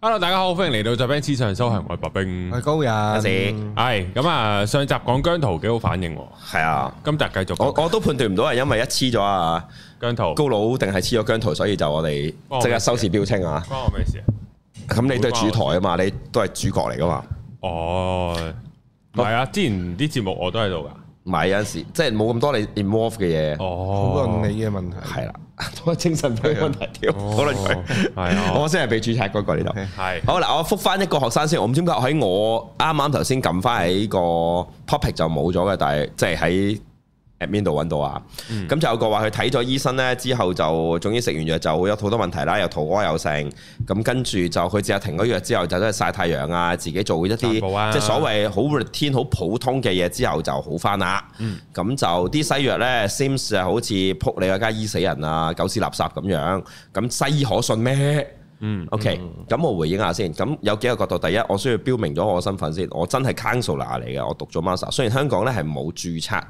Hello，大家好，歡迎嚟到在 Benz 上修行，我係白冰。系高人，嗯有時係咁啊，上集講姜圖幾好反應喎，係啊，今集繼續我講我都判斷唔到係因為一黐咗啊姜圖，高佬定係黐咗姜圖，所以就我哋哦即刻收視標清啊！關我咩事啊？咁你都係主台啊嘛，你都係主角嚟噶嘛？哦，唔係啊，之前啲節目我都喺度噶。唔係有陣時即係冇咁多你 involve 嘅嘢，討哦論，你嘅問題。係啦， 都係精神病問題屌，討論佢係啊我先係被註冊嗰個呢度。係好嗱，我覆翻一個學生先，我唔知點解喺我啱啱頭先撳翻喺個 topic 就冇咗嘅，但係即係喺 admin 度揾到啊。嗯咁、就有個話佢睇咗醫生呢，之後就總之食完藥就有好多問題啦，又肚屙又剩。咁跟住就佢只係停咗藥之後，就都係曬太陽啊，自己做一散步啲、啊即係所謂好 routine 好普通嘅嘢之後就好翻啦。咁、嗯就啲西藥呢 seems 就好似撲你嗰家醫死人啊、狗屎垃圾咁樣。咁西醫可信咩？嗯 OK，咁我回應下先。咁有幾個角度，第一，我需要標明咗我身份先。我真係 counselor 嚟嘅，我讀咗 master。雖然香港咧係冇註冊，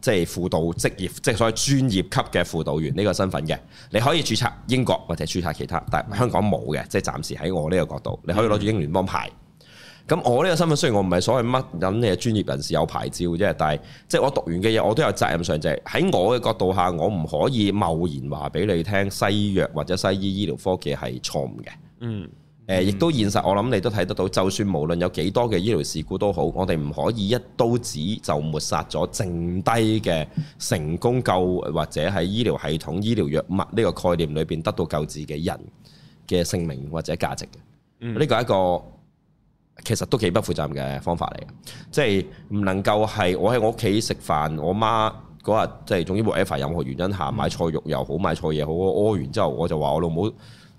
即係輔導職業，即係所謂專業級嘅輔導員呢個身份嘅。你可以註冊英國或者註冊其他，但係香港冇嘅，即係暫時喺我呢個角度，你可以攞住英聯邦牌。咁我呢個身份雖然我唔係所謂乜撚嘢專業人士有牌照啫，但係即係我讀完嘅嘢，我都有責任上就係喺我嘅角度下，我唔可以貿然話俾你聽西藥或者西醫醫療科技係錯誤嘅。嗯誒，亦都現實，我諗你都睇得到，就算無論有幾多嘅醫療事故都好，我哋唔可以一刀子就抹殺咗剩低嘅成功救或者喺醫療系統、醫療藥物呢個概念裏邊得到救治嘅人嘅性命或者價值嘅。呢個係一個其實都幾不負責任嘅方法嚟嘅，即係唔能夠係我喺我屋企食飯，我媽嗰日即係總之 whatever 任何原因嗯下買錯肉又好買錯嘢好，我屙完之後我就話我老母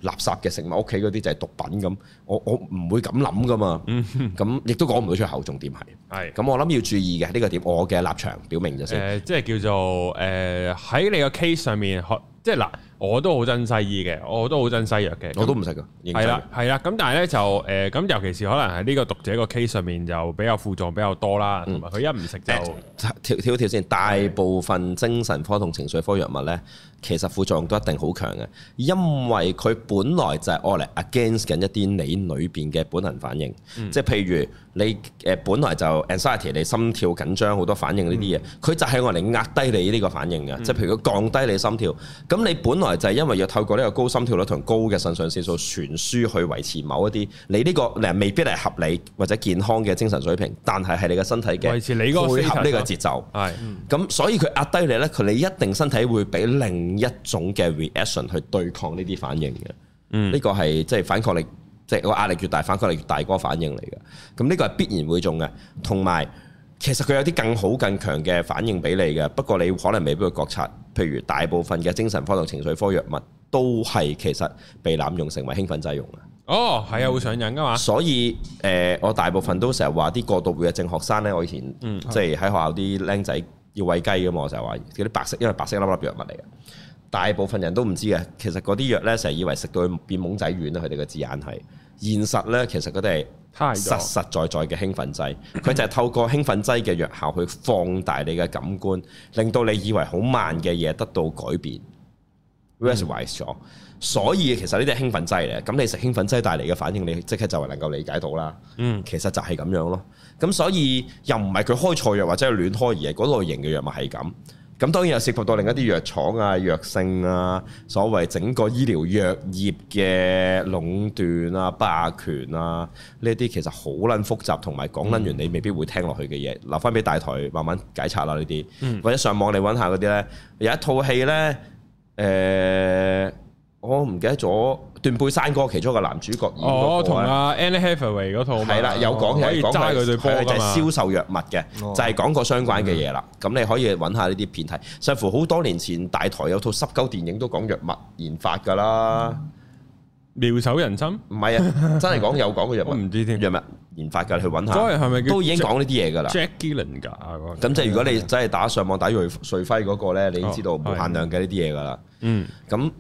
垃圾嘅食物，屋企嗰啲就係毒品咁，我我唔會咁諗噶嘛，嗯咁亦都講唔到出口，重點係，係咁我諗要注意嘅呢個點，我嘅立場表明咗先，誒，即係叫做誒喺你個 case 上面學，即係嗱，我都好憎西醫嘅，我都好憎西藥嘅，我都唔識噶，認係真啦，係啦，咁但係咧就誒，咁、尤其是可能喺呢個讀者個 case 上面就比較副作用比較多啦，同埋佢一唔食就嗯誒跳跳一跳先，大部分精神科同情緒科藥物呢，其實副作用都一定好強嘅，因為佢本來就係愛嚟 against 緊一啲你裏邊嘅本能反應，嗯即係譬如你誒本來就 anxiety，你心跳緊張好多反應呢嗯啲嘢，佢、就係愛嚟壓低你呢個反應嘅，即係譬如佢降低你心跳，咁你本來就係因為要透過呢個高心跳率同高嘅腎上腺素傳輸去維持某一啲你呢、個誒未必係合理或者健康嘅精神水平，但係係你嘅身體嘅維持你嗰個配 status 合呢個咯節奏。係咁所以佢壓低你咧，佢你一定身體會俾另一種嘅 reaction 去對抗呢啲反應嘅。嗯，呢個係即係反抗力，即係個壓力越大，反抗力越大嗰個反應嚟嘅。咁呢個係必然會中嘅，同埋其實佢有啲更好、更強嘅反應俾你嘅。不過你可能未必會覺察，譬如大部分嘅精神科同情緒科藥物都係其實被濫用成為興奮劑用嘅。哦，係啊，會上癮噶嘛，所以誒、呃我大部分都成日話啲過度活躍症學生咧，我以前、即係喺學校啲僆仔要喂雞噶嘛，我成日話嗰啲白色，因為白色粒粒藥物嚟嘅，大部分人都唔知嘅。其實嗰啲藥咧，成日以為食到佢變懵仔丸啊啦，佢哋嘅字眼係現實咧，其實佢哋係太實咗實在在嘅興奮劑，佢就係透過興奮劑嘅藥效去放大你嘅感官，令到你以為好慢嘅嘢得到改變 r e s e r i s e 咗。所以其實呢啲係興奮劑嚟嘅，咁你食興奮劑帶嚟嘅反應，你即刻就係能夠理解到啦。嗯，其實就係咁樣咯。咁所以又唔係佢開錯藥或者係亂開，而係嗰類型嘅藥物係咁。咁當然又涉及到另一啲藥廠啊、藥性啊、所謂整個醫療藥業嘅壟斷啊、霸權啊，呢啲其實好撚複雜，同埋講撚完你未必會聽落去嘅嘢，留翻俾大台慢慢解拆啦呢啲，嗯或者上網你揾下嗰啲呢，有一套戲呢，誒、呃我唔記得咗《斷背山歌》其中一個男主角演哦，嗰同個呢阿 Anne Hathaway 嗰套嘛係啦，有講可嘅，以講揸佢佢對波係啦就㗎係嘛，嗯銷售藥物嘅，哦就係講過相關嘅嘢啦。咁你可以揾下呢啲片睇，甚至乎好多年前大台有套濕鳩電影都講藥物研發㗎啦，妙手人心，唔係啊，真係講有講嘅藥我唔物知添。藥物研發㗎，你去揾所以下，係咪叫啊都已經講呢啲嘢㗎啦。 Jack Gillen 㗎嗰個？咁即係如果啊你真係打上網打瑞瑞輝嗰個咧，你已經知道無限量嘅呢啲嘢㗎啦。哦嗯，咁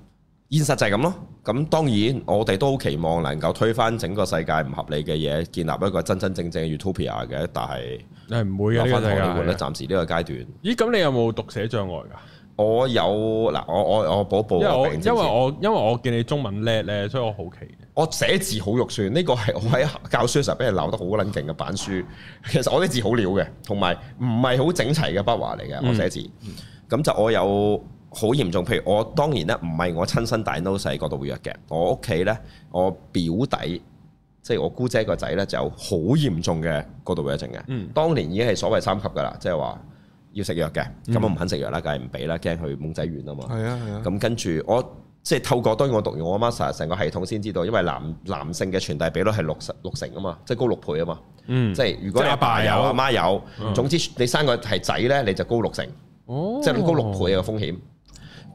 現實就係咁咯。咁當然我哋都好期望能夠推翻整個世界唔合理嘅嘢，建立一個真真正正嘅 utopia 嘅，但係。係唔會留嘅呢翻個荷里活世啊咧，界。暫時呢個階段咦，咁你有冇讀寫障礙㗎？我有嗱，我我我補因一補為我我啊病因徵為先我因為我見你中文叻咧，所以我好奇嘅。我寫字好肉酸，呢個係我喺教書嘅時候俾人鬧得好撚勁嘅板書。其實我啲字好潦嘅，同埋唔係好整齊嘅筆畫嚟嘅。我寫字，咁就我有好嚴重。譬如我當然咧，唔係我親身大 no 細個度虐嘅，我屋企咧，我表弟即係我姑姐個仔咧，就有好嚴重嘅過度虐症嘅。嗯當年已經係所謂三級噶啦，即係話要食藥嘅。咁我唔肯食藥啦，梗係唔俾啦，驚佢懵仔丸啊嘛。係啊係啊，咁跟住我即係透過當然我讀完我 master 成個系統先知道，因為男男性嘅傳遞比率係六成六成啊嘛，即係高六倍啊嘛。嗯即，係如果即係阿你阿爸爸有有阿媽有，嗯總之你生個係仔咧，你就高六成，哦即係高六倍啊嘅風險。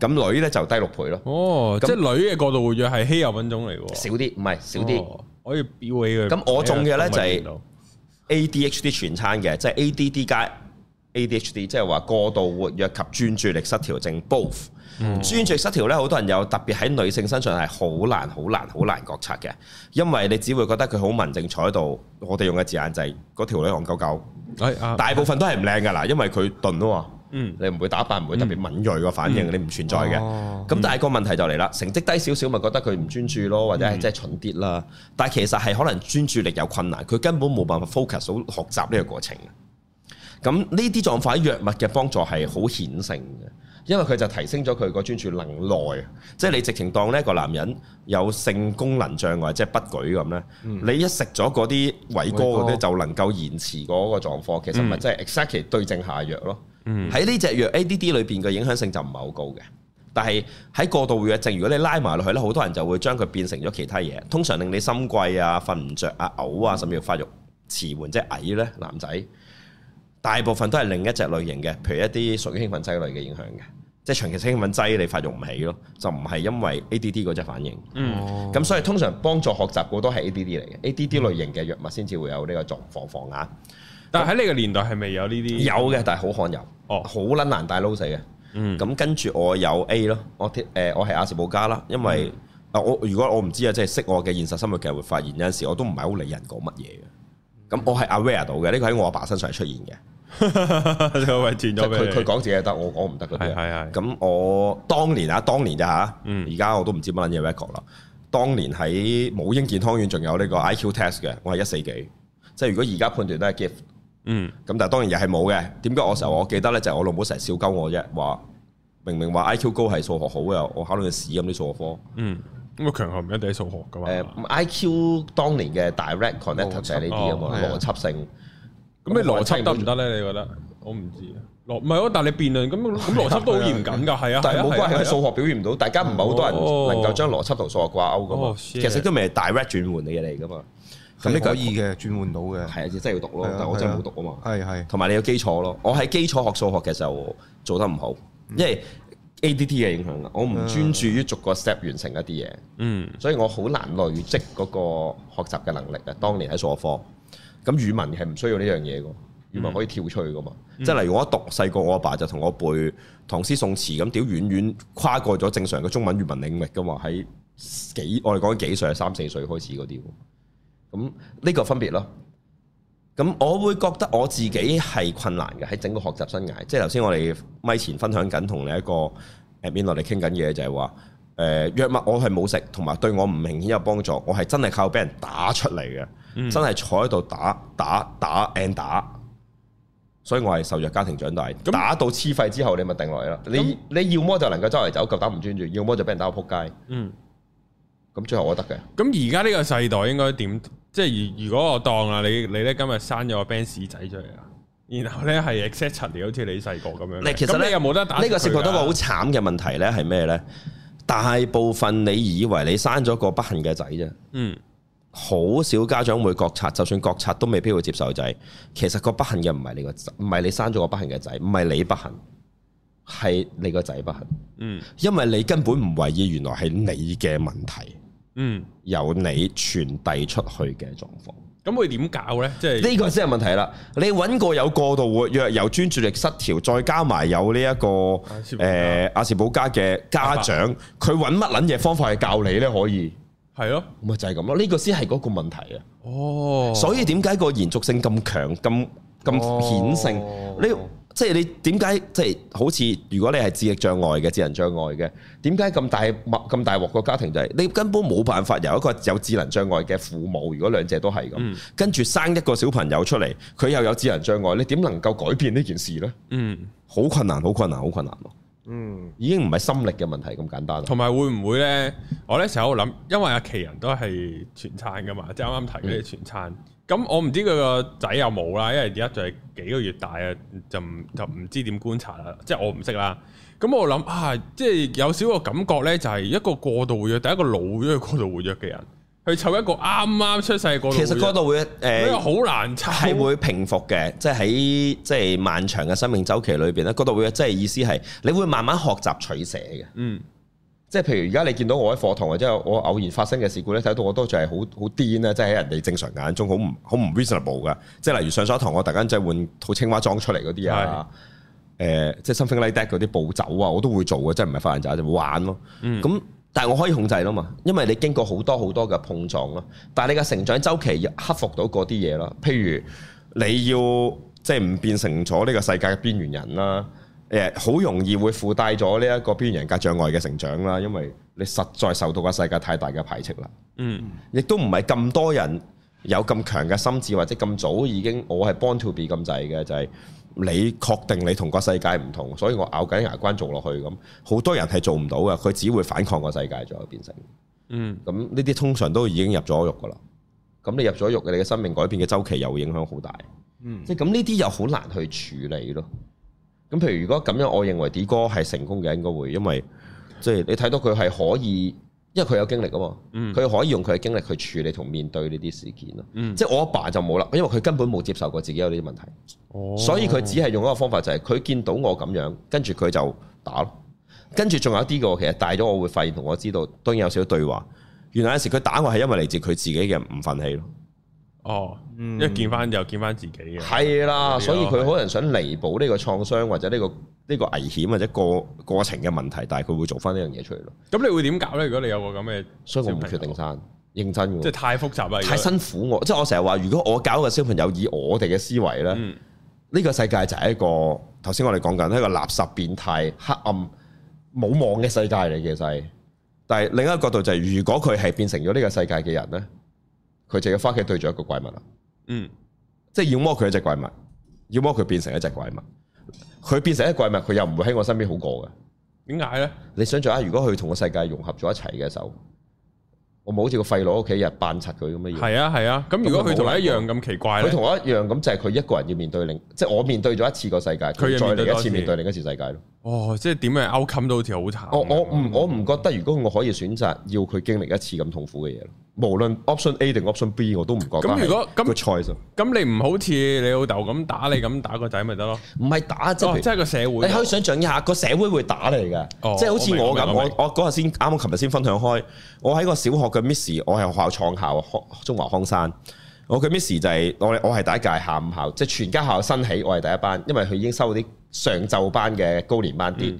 咁女咧就低六倍咯，哦，咁即係女嘅過度活躍係稀有品種嚟喎，少啲唔係少啲。哦，可以標起佢。咁我中嘅呢就係喺個動物園度 ADHD 全餐嘅，即係 ADD 加 ADHD，即係話過度活躍及專注力失調症 both。專注力失調咧，好多人有，特別喺女性身上係好難、好難、好難覺察嘅，因為你只會覺得佢好文靜坐喺度。我哋用嘅字眼就係嗰條女戇鳩鳩，哎啊，大部分都係唔靚噶啦，因為佢鈍啊嘛，嗯你唔會打扮，唔會特別敏鋭個反應，你唔存在嘅。哦咁但係個問題就嚟啦，成績低少少咪覺得佢唔專注咯，或者係真係蠢啲啦。但係其實係可能專注力有困難，佢根本冇辦法 focus 到學習呢個過程。咁呢啲狀況喺藥物嘅幫助係好顯性嘅，因為佢就提升咗佢個專注能耐。啊即係你直情當呢個男人有性功能障礙，即係不舉咁咧，你一食咗嗰啲偉哥嗰偉哥啲就能夠延遲嗰個狀況，其實咪真係 exactly 對症下藥咯。喺呢只藥 ADD 裏邊嘅影響性就唔係好高嘅。但係喺過度活躍症，如果你拉埋落去咧，好多人就會將佢變成咗其他嘢，通常令你心悸啊、瞓唔着啊、嘔啊，甚至乎發育遲緩，即係矮咧男仔，大部分都係另一隻類型嘅，譬如一啲屬於興奮劑類嘅影響嘅，即係長期食興奮劑你發育唔起咯，就唔係因為 ADD 嗰隻反應。嗯，哦咁、所以通常幫助學習嗰都係 ADD 嚟嘅，ADD 類型嘅藥物先至會有呢個狀況放眼。但係喺你個年代係未有呢啲？有嘅，但係好罕有，哦好撚難大撈死嘅。嗯咁跟住我有 A 咯，我誒、呃我係亞氏保加啦，因嗯為啊、我如果我唔知啊，即係識我嘅現實生活嘅人會發現有陣時我都唔係好理人講乜嘢嘅。咁我係 aware 到嘅，呢個喺我阿爸身上係出現嘅， 就咪轉即咗係俾佢佢你。講自己得，我講唔得嗰啲係啊。係係。咁我當年啊，當年咋嚇，嗯而家我都唔知乜撚嘢 record 啦。當年喺母嬰健康院仲有呢個 IQ test 嘅，我係一四幾，即係如果而家判斷都係 gift。嗯咁但係當然又係冇嘅。點解我成日我記得咧，就係我老母成日笑鳩我啫，話明明話 IQ 高係數學好嘅，我考到佢屎咁啲數學科。嗯，咁啊強項唔一定係數學噶嘛。誒、IQ 當年嘅 direct connect 就係呢啲啊嘛，哦邏輯性。咁你邏輯得唔得咧？你覺得？我唔知啊。邏唔係咯，但係你辯論咁 咁邏輯都好嚴謹㗎，係啊。但係冇關係，佢係啊。數學表現唔到，大家唔係好多人哦能夠將邏輯同數學掛鈎噶嘛。哦其 shit 實都未係 direct 轉換你嘅嚟噶嘛。咁咁呢你個啊可以嘅，轉換到嘅，係啊，真係要讀咯係啊，但我真係係啊冇讀啊嘛。係係同埋你有基礎咯。我喺基礎學數學嘅時候做得唔好，嗯因為 ADD 嘅影響啊，我唔專注於逐個 step 完成一啲嘢。嗯所以我好難累積嗰個學習嘅能力啊！當年喺數學科，咁語文係唔需要呢樣嘢嘅，語嗯文可以跳出去噶嘛。即係例如我一讀細個，我阿爸就同我背唐詩宋詞咁，屌遠遠跨過咗正常嘅中文語文領域噶嘛。喺幾我哋講緊幾歲，係啊三四歲開始嗰啲喎。咁呢個分別咯。咁我會覺得我自己係困難嘅喺整個學習生涯，即係頭先我哋咪前分享緊同你一個 admin 我哋傾緊嘢就係話，誒、藥物我係冇食，同埋對我唔明顯有幫助，我係真係靠俾人打出嚟嘅，真係坐喺度打打打 and 打，所以我係受弱家庭長大，打到黐肺之後你咪定落嚟啦，你你要麼就能夠周圍走，夠膽唔專注，要麼就俾人打到撲街，嗯。咁最後我得嘅。咁而家呢個世代應該點？即係如如果我當啊，你你咧今日生咗個 Benz 仔出嚟啊，然後咧係 exact 好似你細個咁樣。你其實咁咧你又冇得打呢個折涉佢及到一個㗎好慘嘅問題咧，係咩咧？大部分你以為你生咗個不幸嘅仔啫，嗯好少家長會覺察，就算覺察都未必會接受仔。其實個不幸嘅唔係你個仔，唔係你生咗個不幸嘅仔，唔係你不幸，係你個仔不幸，嗯因為你根本唔為意，原來係你嘅問題，嗯，由你傳遞出去嘅狀況。咁會點搞咧？即係呢個先係問題啦！你揾個有過度活躍、有專注力失調，再加埋有呢、一個呃士保加誒亞氏保加嘅家長，佢揾乜撚嘢方法去教你呢？可以係咯。咪就係咁咯？呢、個先係嗰個問題啊！哦，所以點解個延續性咁強、咁咁顯性？哦你即係你點解即係好似如果你係智力障礙嘅、智能障礙嘅，點解咁大咁大鑊個家庭就係、你根本冇辦法由一個有智能障礙嘅父母，如果兩者都係咁，嗯跟住生一個小朋友出嚟，佢又有智能障礙，你點能夠改變呢件事呢？嗯，好困難，好困難，好困難咯！嗯，已經唔係心力嘅問題咁簡單啦。同埋會唔會咧？我咧成日喺度諗，因為阿奇人都係全餐噶嘛，即係啱啱提嗰啲全餐。咁我唔知佢個仔有冇啦，因為而家就係幾個月大啊，就唔就唔知點觀察啦，即係我唔識啦。咁我諗啊，即係有少個感覺咧，就係一個過度活躍，第一個老咗嘅過度活躍嘅人，去湊一個啱啱出世嘅過度活其躍，實嗰度會誒。呢個呃好難湊，係會平復嘅，即係喺即係漫長嘅生命周期裏邊咧，嗰度會即係意思係你會慢慢學習取捨嘅。嗯即係譬如而家你見到我喺課堂或者我偶然發生嘅事故咧，睇到我都仲係好好癲啊！即係喺人哋正常眼中好唔好唔 reasonable 噶。即係例如上咗堂，我突然間即係換套青蛙裝出嚟嗰啲啊，誒、呃即係 something like that 嗰啲步走啊，我都會做嘅，即係唔係發爛渣就玩咯。嗯咁、但係我可以控制啦嘛，因為你經過好多好多嘅碰撞咯。但係你嘅成長周期克服到嗰啲嘢啦，譬如你要即係唔變成咗呢個世界嘅邊緣人啦。誒好容易會附帶咗呢一個邊緣人格障礙嘅成長啦，因為你實在受到個世界太大嘅排斥啦，嗯亦都唔係咁多人有咁強嘅心智，或者咁早已經我係 born to be 咁滯嘅，就係、你確定你同個世界唔同，所以我咬緊牙關做落去咁，好多人係做唔到嘅，佢只會反抗個世界，最後變成。嗯咁呢啲通常都已經入咗獄噶啦。咁你入咗獄，你嘅生命改變嘅周期又會影響好大。嗯即係咁呢啲又好難去處理咯。咁譬如如果咁樣，我認為 D 哥係成功嘅，應該會，因為即係你睇到佢係可以，因為佢有經歷啊嘛，嗯佢可以用佢嘅經歷去處理同面對呢啲事件咯。嗯，即係我阿爸就冇啦，因為佢根本冇接受過自己有呢啲問題，所以佢只係用一個方法就係佢見到我咁樣，跟住佢就打咯。跟住仲有一啲嘅，其實大咗我會發現同我知道，當然有少少對話。原來有時佢打我係因為嚟自佢自己嘅唔忿氣咯。哦，嗯一見翻就見翻自己嘅，係啊啦，係所以佢可能想彌補呢個創傷或者呢、個呢、個危險或者過過程嘅問題，但係佢會做翻呢樣嘢出嚟咯。咁你會點搞咧？如果你有個咁嘅，所以我唔決定生，認真即係嘅，太複雜啦，太辛苦我。即係我成日話，如果我搞個小朋友以我哋嘅思維咧，呢、嗯呢個世界就係一個頭先我哋講緊一個垃圾、變態、黑暗、冇望嘅世界嚟嘅，就係。但係另一個角度就係、如果佢係變成咗呢個世界嘅人咧，佢就要翻屋企對住一個怪物啦。嗯即係要麼佢係一隻怪物，要麼佢變成一隻怪物。佢變成一隻怪物，佢又唔會喺我身邊好過嘅。點解咧？你想象下，如果佢同個世界融合咗一齊嘅時候，我冇好似個廢佬屋企日扮柒佢咁嘅嘢。係啊係啊，咁如果佢同我一樣咁奇怪佢咧，同我一樣咁，就係佢一個人要面對另，即係我面對咗一次個世界，佢佢要再面對多嚟一次次面對另一次世界咯。哦，即係點樣 outcome 都好似好慘。我我唔我唔覺得，如果我可以選擇要佢經歷一次咁痛苦嘅嘢咯，無論 option A 定 option B，我都唔覺得係咁如果咁個 choice 啊咁，你唔好似你老豆咁打你咁打個仔咪得咯？唔係打即係譬哦，如即係個社會你可以想象一下，個社會會打你嘅，哦即係好似我我咁，明我我明我嗰日先啱啱琴日先分享開，我喺個小學嘅 Miss，我係學校創校康中華康山，我嘅 Miss 就係、我我係第一屆下午校，即係全家校新起，我係第一班，因為佢已經收啲上晝班嘅高年班嗯啲。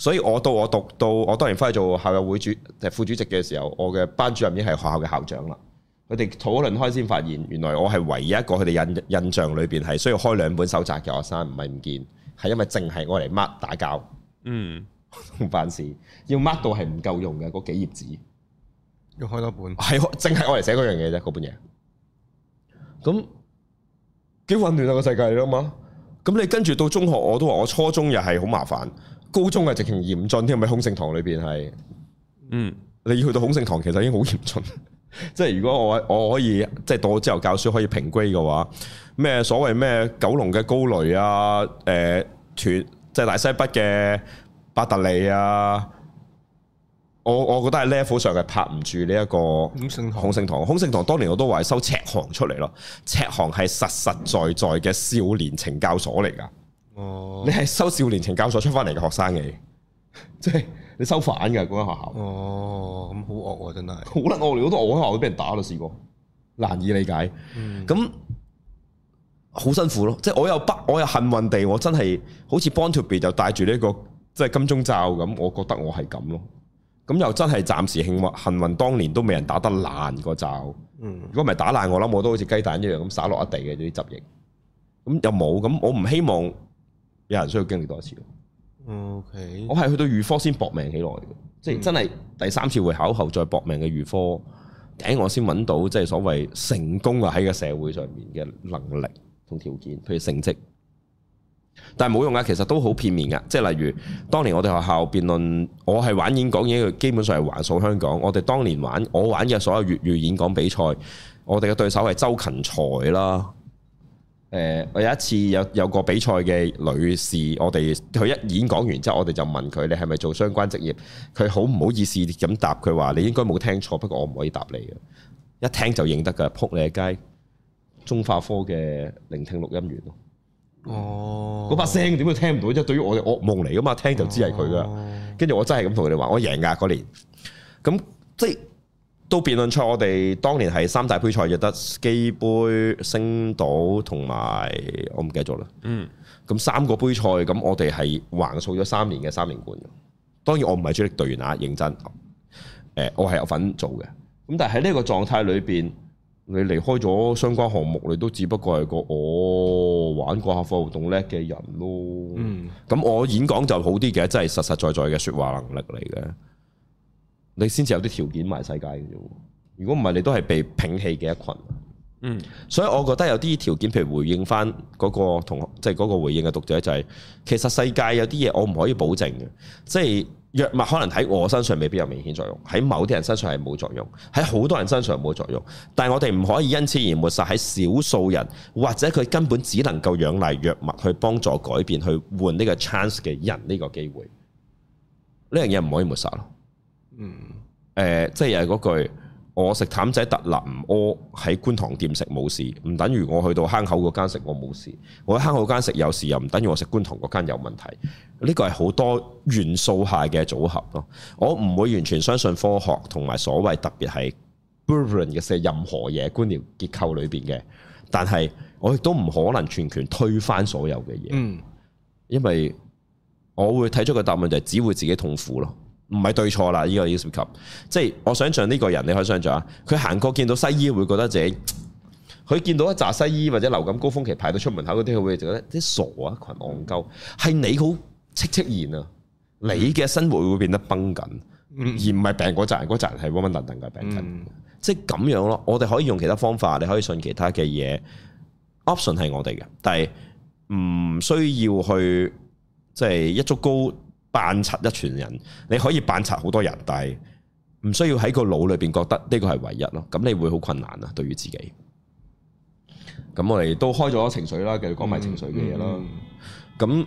所以我到我讀到我當然翻去做校友會主誒副主席嘅時候，我嘅班主任已經係學校嘅校長啦。佢哋討論開先發現，原來我係唯一一個佢哋印印象裏邊係需要開兩本手冊嘅學生，唔係唔見，係因為淨係我嚟 mark 打交嗯同 辦事，要 mark 到係唔夠用嘅嗰幾頁紙，要開多本，係淨係我嚟寫嗰樣嘢啫，嗰本嘢。咁幾混亂啊個世界嚟啦嘛！咁你跟住到中學我都話我初中又係好麻煩，高中係直情嚴峻添，咪空性堂裏邊係。嗯你要去到孔聖堂其實已經好嚴峻， 即係如果我我可以即係到我之後教書可以平歸嘅話，咩所謂咩九龍嘅高雷啊，誒、呃、團即係大西北嘅伯特利啊，我我覺得係 level 上係拍唔住呢一個五聖堂孔聖堂。孔聖堂當年我都話係收赤行出嚟咯，赤行係實實在在嘅少年懲教所嚟㗎。哦你係收少年懲教所出翻嚟嘅學生嘅， 即係你收反㗎嗰間學校。哦，咁好惡喎，真係，好撚惡劣，我都我喺學校都俾人打啦，試過，難以理解。嗯咁好、辛苦咯，即係我又不，我又幸運地，我真係好似 Born to Be 就帶住呢、個即係金鐘罩咁，我覺得我係咁咯。咁又真係暫時幸運，幸運當年都未人打得爛個罩。嗯如果唔係打爛我諗，我都好似雞蛋一樣咁灑落一地嘅啲汁液。咁又冇，咁我唔希望有人需要經歷多一次。 O K，我係去到預科先搏命起來嘅，即係真嗯係第三次會考後再搏命嘅預科，頂我先揾到即係所謂成功啊喺個社會上面嘅能力同條件，譬如成績。但係冇用啊噶，其實都好片面噶。即係例如，當年我哋學校辯論，我係玩演講演講，基本上係橫掃香港。我哋當年玩，我玩嘅所有粵語演講比賽，我哋嘅對手係周勤才啦。誒、呃我有一次有有個比賽嘅女士，我哋佢一演講完之後，我哋就問佢你係咪做相關職業？佢好唔好意思咁答佢話：你應該冇聽錯，不過我唔可以答你嘅。一聽就認得㗎，撲你嘅街！中化科嘅聆聽錄音員咯。哦，嗰把聲點會聽唔到啫？對於我哋噩夢嚟噶嘛，聽就知係佢噶。噶，跟住我真係咁同佢哋話，我贏噶嗰年。咁即係到辯論賽，我哋當年係三大杯賽，就得機杯、星島同埋我唔記得咗啦。嗯，咁三個杯賽，咁我哋係橫掃咗三年嘅三連冠。當然我唔係主力隊員啊，認真。誒，我係有份做嘅。咁但係喺呢個狀態裏邊，你離開咗相關項目，你都只不過係個我、玩過下課活動叻嘅人咯。嗯，咁我演講就好啲嘅，真係實實在在嘅説話能力嚟嘅，你先至有啲條件賣世界嘅啫喎。如果唔係，你都係被摒棄嘅一群。嗯，所以我覺得有啲條件，譬如回應翻嗰個同學，即係嗰個回應嘅讀者就係、其實世界有啲嘢我唔可以保證嘅，即係藥物可能喺我身上未必有明顯作用，喺某啲人身上係冇作用，喺好多人身上冇作用。但係我哋唔可以因此而抹殺喺少數人，或者佢根本只能夠仰賴藥物去幫助改變，去換呢個 chance 嘅人呢個機會。呢樣嘢唔可以抹殺咯。嗯，誒、即係又係嗰句，我食淡仔特立唔屙，喺觀塘店食冇事，唔等於我去到坑口嗰間食我冇事。我喺坑口間食有事，又唔等於我食觀塘嗰間有問題。呢個係好多元素下嘅組合咯。我唔會完全相信科學同埋所謂特別係 b u r b o n 嘅嘅任何嘢官僚結構裏邊嘅，但係我亦都唔可能全權推翻所有嘅嘢。嗯，因為我會睇出個答案就係只會自己痛苦咯，唔係對錯啦。呢、個要涉及，即係我想象呢個人，你可以想象啊，佢行過見到西醫會覺得自己，佢見到一紮西醫或者流感高峰期排到出門口嗰啲，佢會覺得啲傻啊，群戇鳩，係你好戚戚然啊，你嘅生活會變得崩緊，而唔係病嗰扎人，嗰扎人係温温頓頓嘅病緊。嗯即係咁樣咯。我哋可以用其他方法，你可以信其他嘅嘢。option 係我哋嘅，但係唔需要去即係一足高扮柒一全人。你可以扮柒好多人，但係唔需要喺個腦裏邊覺得呢個係唯一咯。咁你會好困難啊，對於自己。咁我哋都開咗情緒啦，繼續講埋情緒嘅嘢啦。嗯咁誒、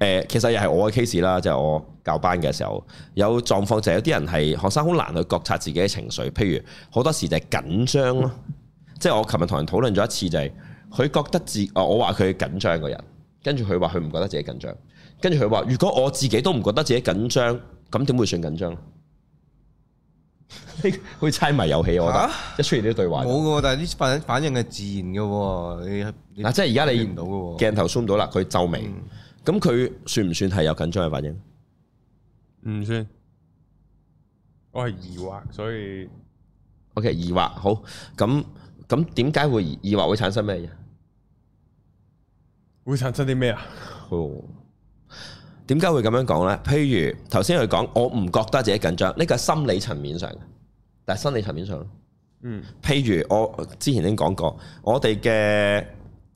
呃其實又係我嘅 case 啦，就係、我教班嘅時候有狀況，就係有啲人係學生好難去覺察自己嘅情緒，譬如好多時就係緊張咯。即係我琴日同人討論咗一次，就係、佢覺得自哦，我話佢緊張個人，跟住佢話佢唔覺得自己緊張，跟住佢話如果我自己都唔覺得自己緊張，咁點會算緊張？ 呢個好似猜謎遊戲，我覺得一出現呢啲對話嗯就。啊冇噶，但係啲反反應係自然嘅，你嗱，即係而家你見唔到嘅喎鏡頭 zoom 到啦，佢皺眉，咁佢、算唔算係有緊張嘅反應？嗯唔算。我係疑惑，所以 O.K. 疑惑好咁咁點解會疑疑惑會產生咩嘢？會產生啲咩啊？哦點解會咁樣講呢？譬如頭先佢講，我唔覺得自己緊張，呢個係心理層面上嘅，但係心理層面上咯。嗯，譬如我之前已經講過，我哋嘅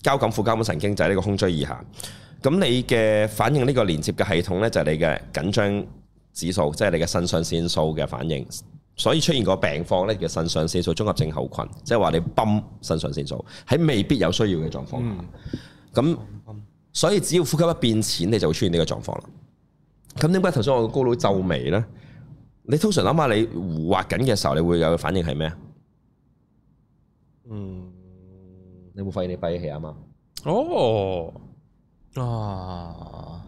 交感副交感神經就係呢個胸椎以下。咁你嘅反應呢個連接嘅系統呢，就係你嘅緊張指數，即係你嘅腎上腺素嘅反應。所以出現個病況呢，叫腎上腺素綜合症候群，即係話你泵腎上腺素喺未必有需要嘅狀況下。咁所以只要呼吸一變淺，你就會出現呢個狀況啦。咁點解頭先我個高佬皺眉呢？你通常諗下你胡畫緊嘅時候，你會有嘅反應係咩啊？嗯你有冇發現你閉氣啊嘛？哦，啊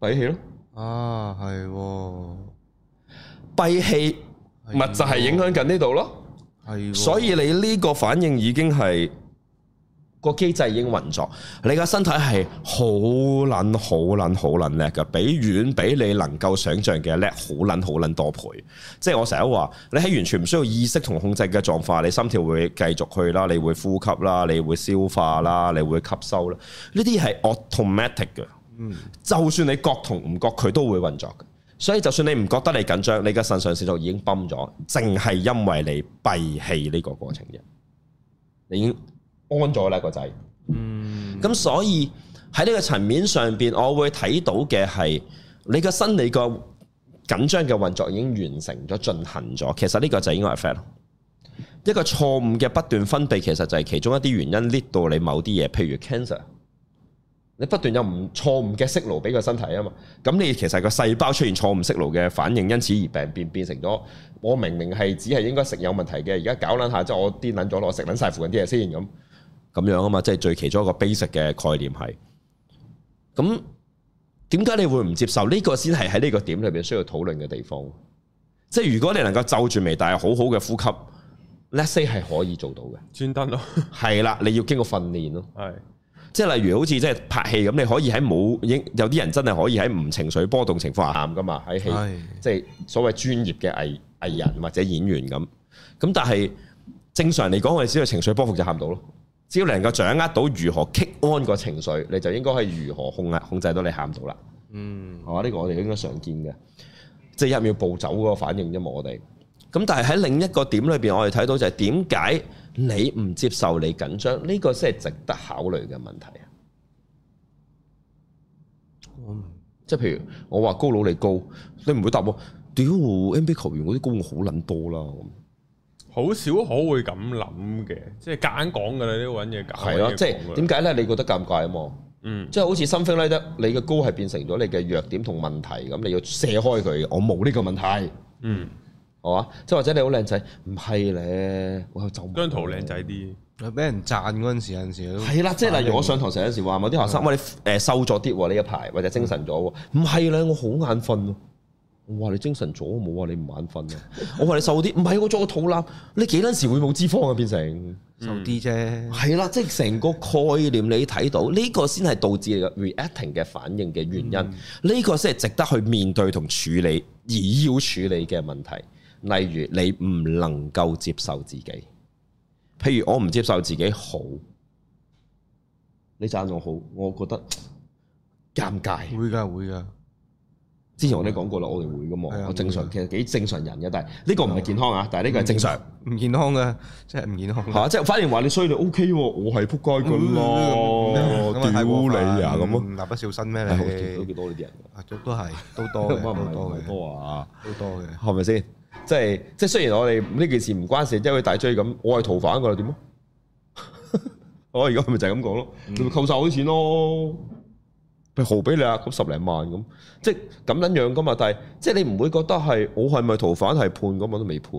閉氣咯，啊係喎，閉氣咪就係啊影響緊呢度咯。係喎，所以你呢個反應已經係個機制已經運作，你個身體係好撚好撚好撚叻嘅，比遠比你能夠想象嘅叻好撚好撚多倍。即係我成日話，你喺完全唔需要意識同控制嘅狀況下，你心跳會繼續去啦，你會呼吸啦，你會消化啦，你會吸收啦，呢啲係 automatic 嘅。就算你覺同唔覺，佢都會運作嘅。所以就算你唔覺得你緊張，你嘅腎上腺素已經泵咗，淨係因為你閉氣呢個過程啫。你已經安咗啦個掣。嗯。咁所以喺呢個層面上邊，我會睇到嘅係你個生理個緊張嘅運作已經完成咗、進行咗。其實呢個就應該係 f a t 一個錯誤嘅不斷分泌，其實就係其中一啲原因 lead 到你某啲嘢，譬如 cancer。你不斷有唔錯誤嘅息路俾個身體啊嘛，咁你其實個細胞出現錯誤息路嘅反應，因此而病變變成咗我明明係只係應該食有問題嘅，而家搞撚下即係我癲撚咗咯，我食撚晒附近啲嘢先咁咁樣啊嘛，即係最其中一個 basic 嘅概念係。咁點解你會唔接受呢、個先係喺呢個點裏邊需要討論嘅地方？即係如果你能夠就住眉，但係好好嘅呼吸，let's say 係可以做到嘅。專登 咯，係啦，你要經過訓練咯。係即係例如好似即係拍戲咁，你可以喺冇影有啲人真係可以喺唔情緒波動情況下喊噶嘛，喺戲係即係所謂專業嘅藝藝人或者演員咁。咁但係正常嚟講，我哋只要情緒波幅就喊到咯。只要你能夠掌握到如何 kick on 個情緒，你就應該可以如何控壓控制到你喊到啦。嗯，係嘛？呢個我哋應該常見嘅，即係一秒暴走嗰個反應啫嘛。我哋咁，但係喺另一個點裏邊，我哋睇到就係點解你唔接受你緊張呢個先係值得考慮嘅問題啊！即係譬如我話高佬你高，你唔會答我。屌 NBA 球員嗰啲高我好撚多啦，咁好少可會咁諗嘅，即係夾硬講噶啦，呢揾嘢搞。係咯，即係點解咧？你覺得尷尬啊嘛？嗯，即係好似心 i 拉得你嘅高係變成咗你嘅弱點同問題，咁你要卸開佢。我冇呢個問題，嗯，係嘛？即係或者你好靚仔，唔係咧，我就張圖靚。仔啲，俾人讚嗰陣時，有陣時都係啦，即係例如我上堂成日有時話某啲學嗯生，喂，你誒瘦咗啲喎呢一排，或者精神咗喎，唔係咧，我好眼瞓喎。我話你精神咗，冇話你唔眼瞓啊！我話你瘦啲，唔係我咗個肚腩，你幾撚時會冇脂肪啊？變成瘦啲啫，係啦，即係成個概念你睇到呢、個先係導致你嘅 reacting 嘅反應嘅原因，嗯呢、個先係值得去面對同處理而要處理嘅問題。例如你唔能夠接受自己，譬如我唔接受自己好，你讚我好，我覺得尷尬。會㗎會㗎，之前我哋講過啦，我哋會噶嘛係啊，我正常其實幾正常人嘅，但係呢個唔係健康啊，但係呢個係正常。唔健康㗎，真係唔健康係㗎。啊，即係反而話你衰你 O K 喎，我係仆街咁咯，咁啊太過分屌你啊咁咯，蠟筆小新咩係好屌都你幾？多呢啲人啊都都係都㗎，多嘅， 咁啊都唔多係嘅，多啊，都多嘅。係咪先？即係即係雖然我哋呢件事唔關事，即係好似大追咁，我係逃犯㗎啦，點啊？ 哦我而家咪就係咁講咯，你咪扣晒我啲錢咯，咪豪俾你啊，咁十零萬咁，即係咁樣樣㗎嘛。但係即係你唔會覺得係我係咪逃犯係判咁，我都未判。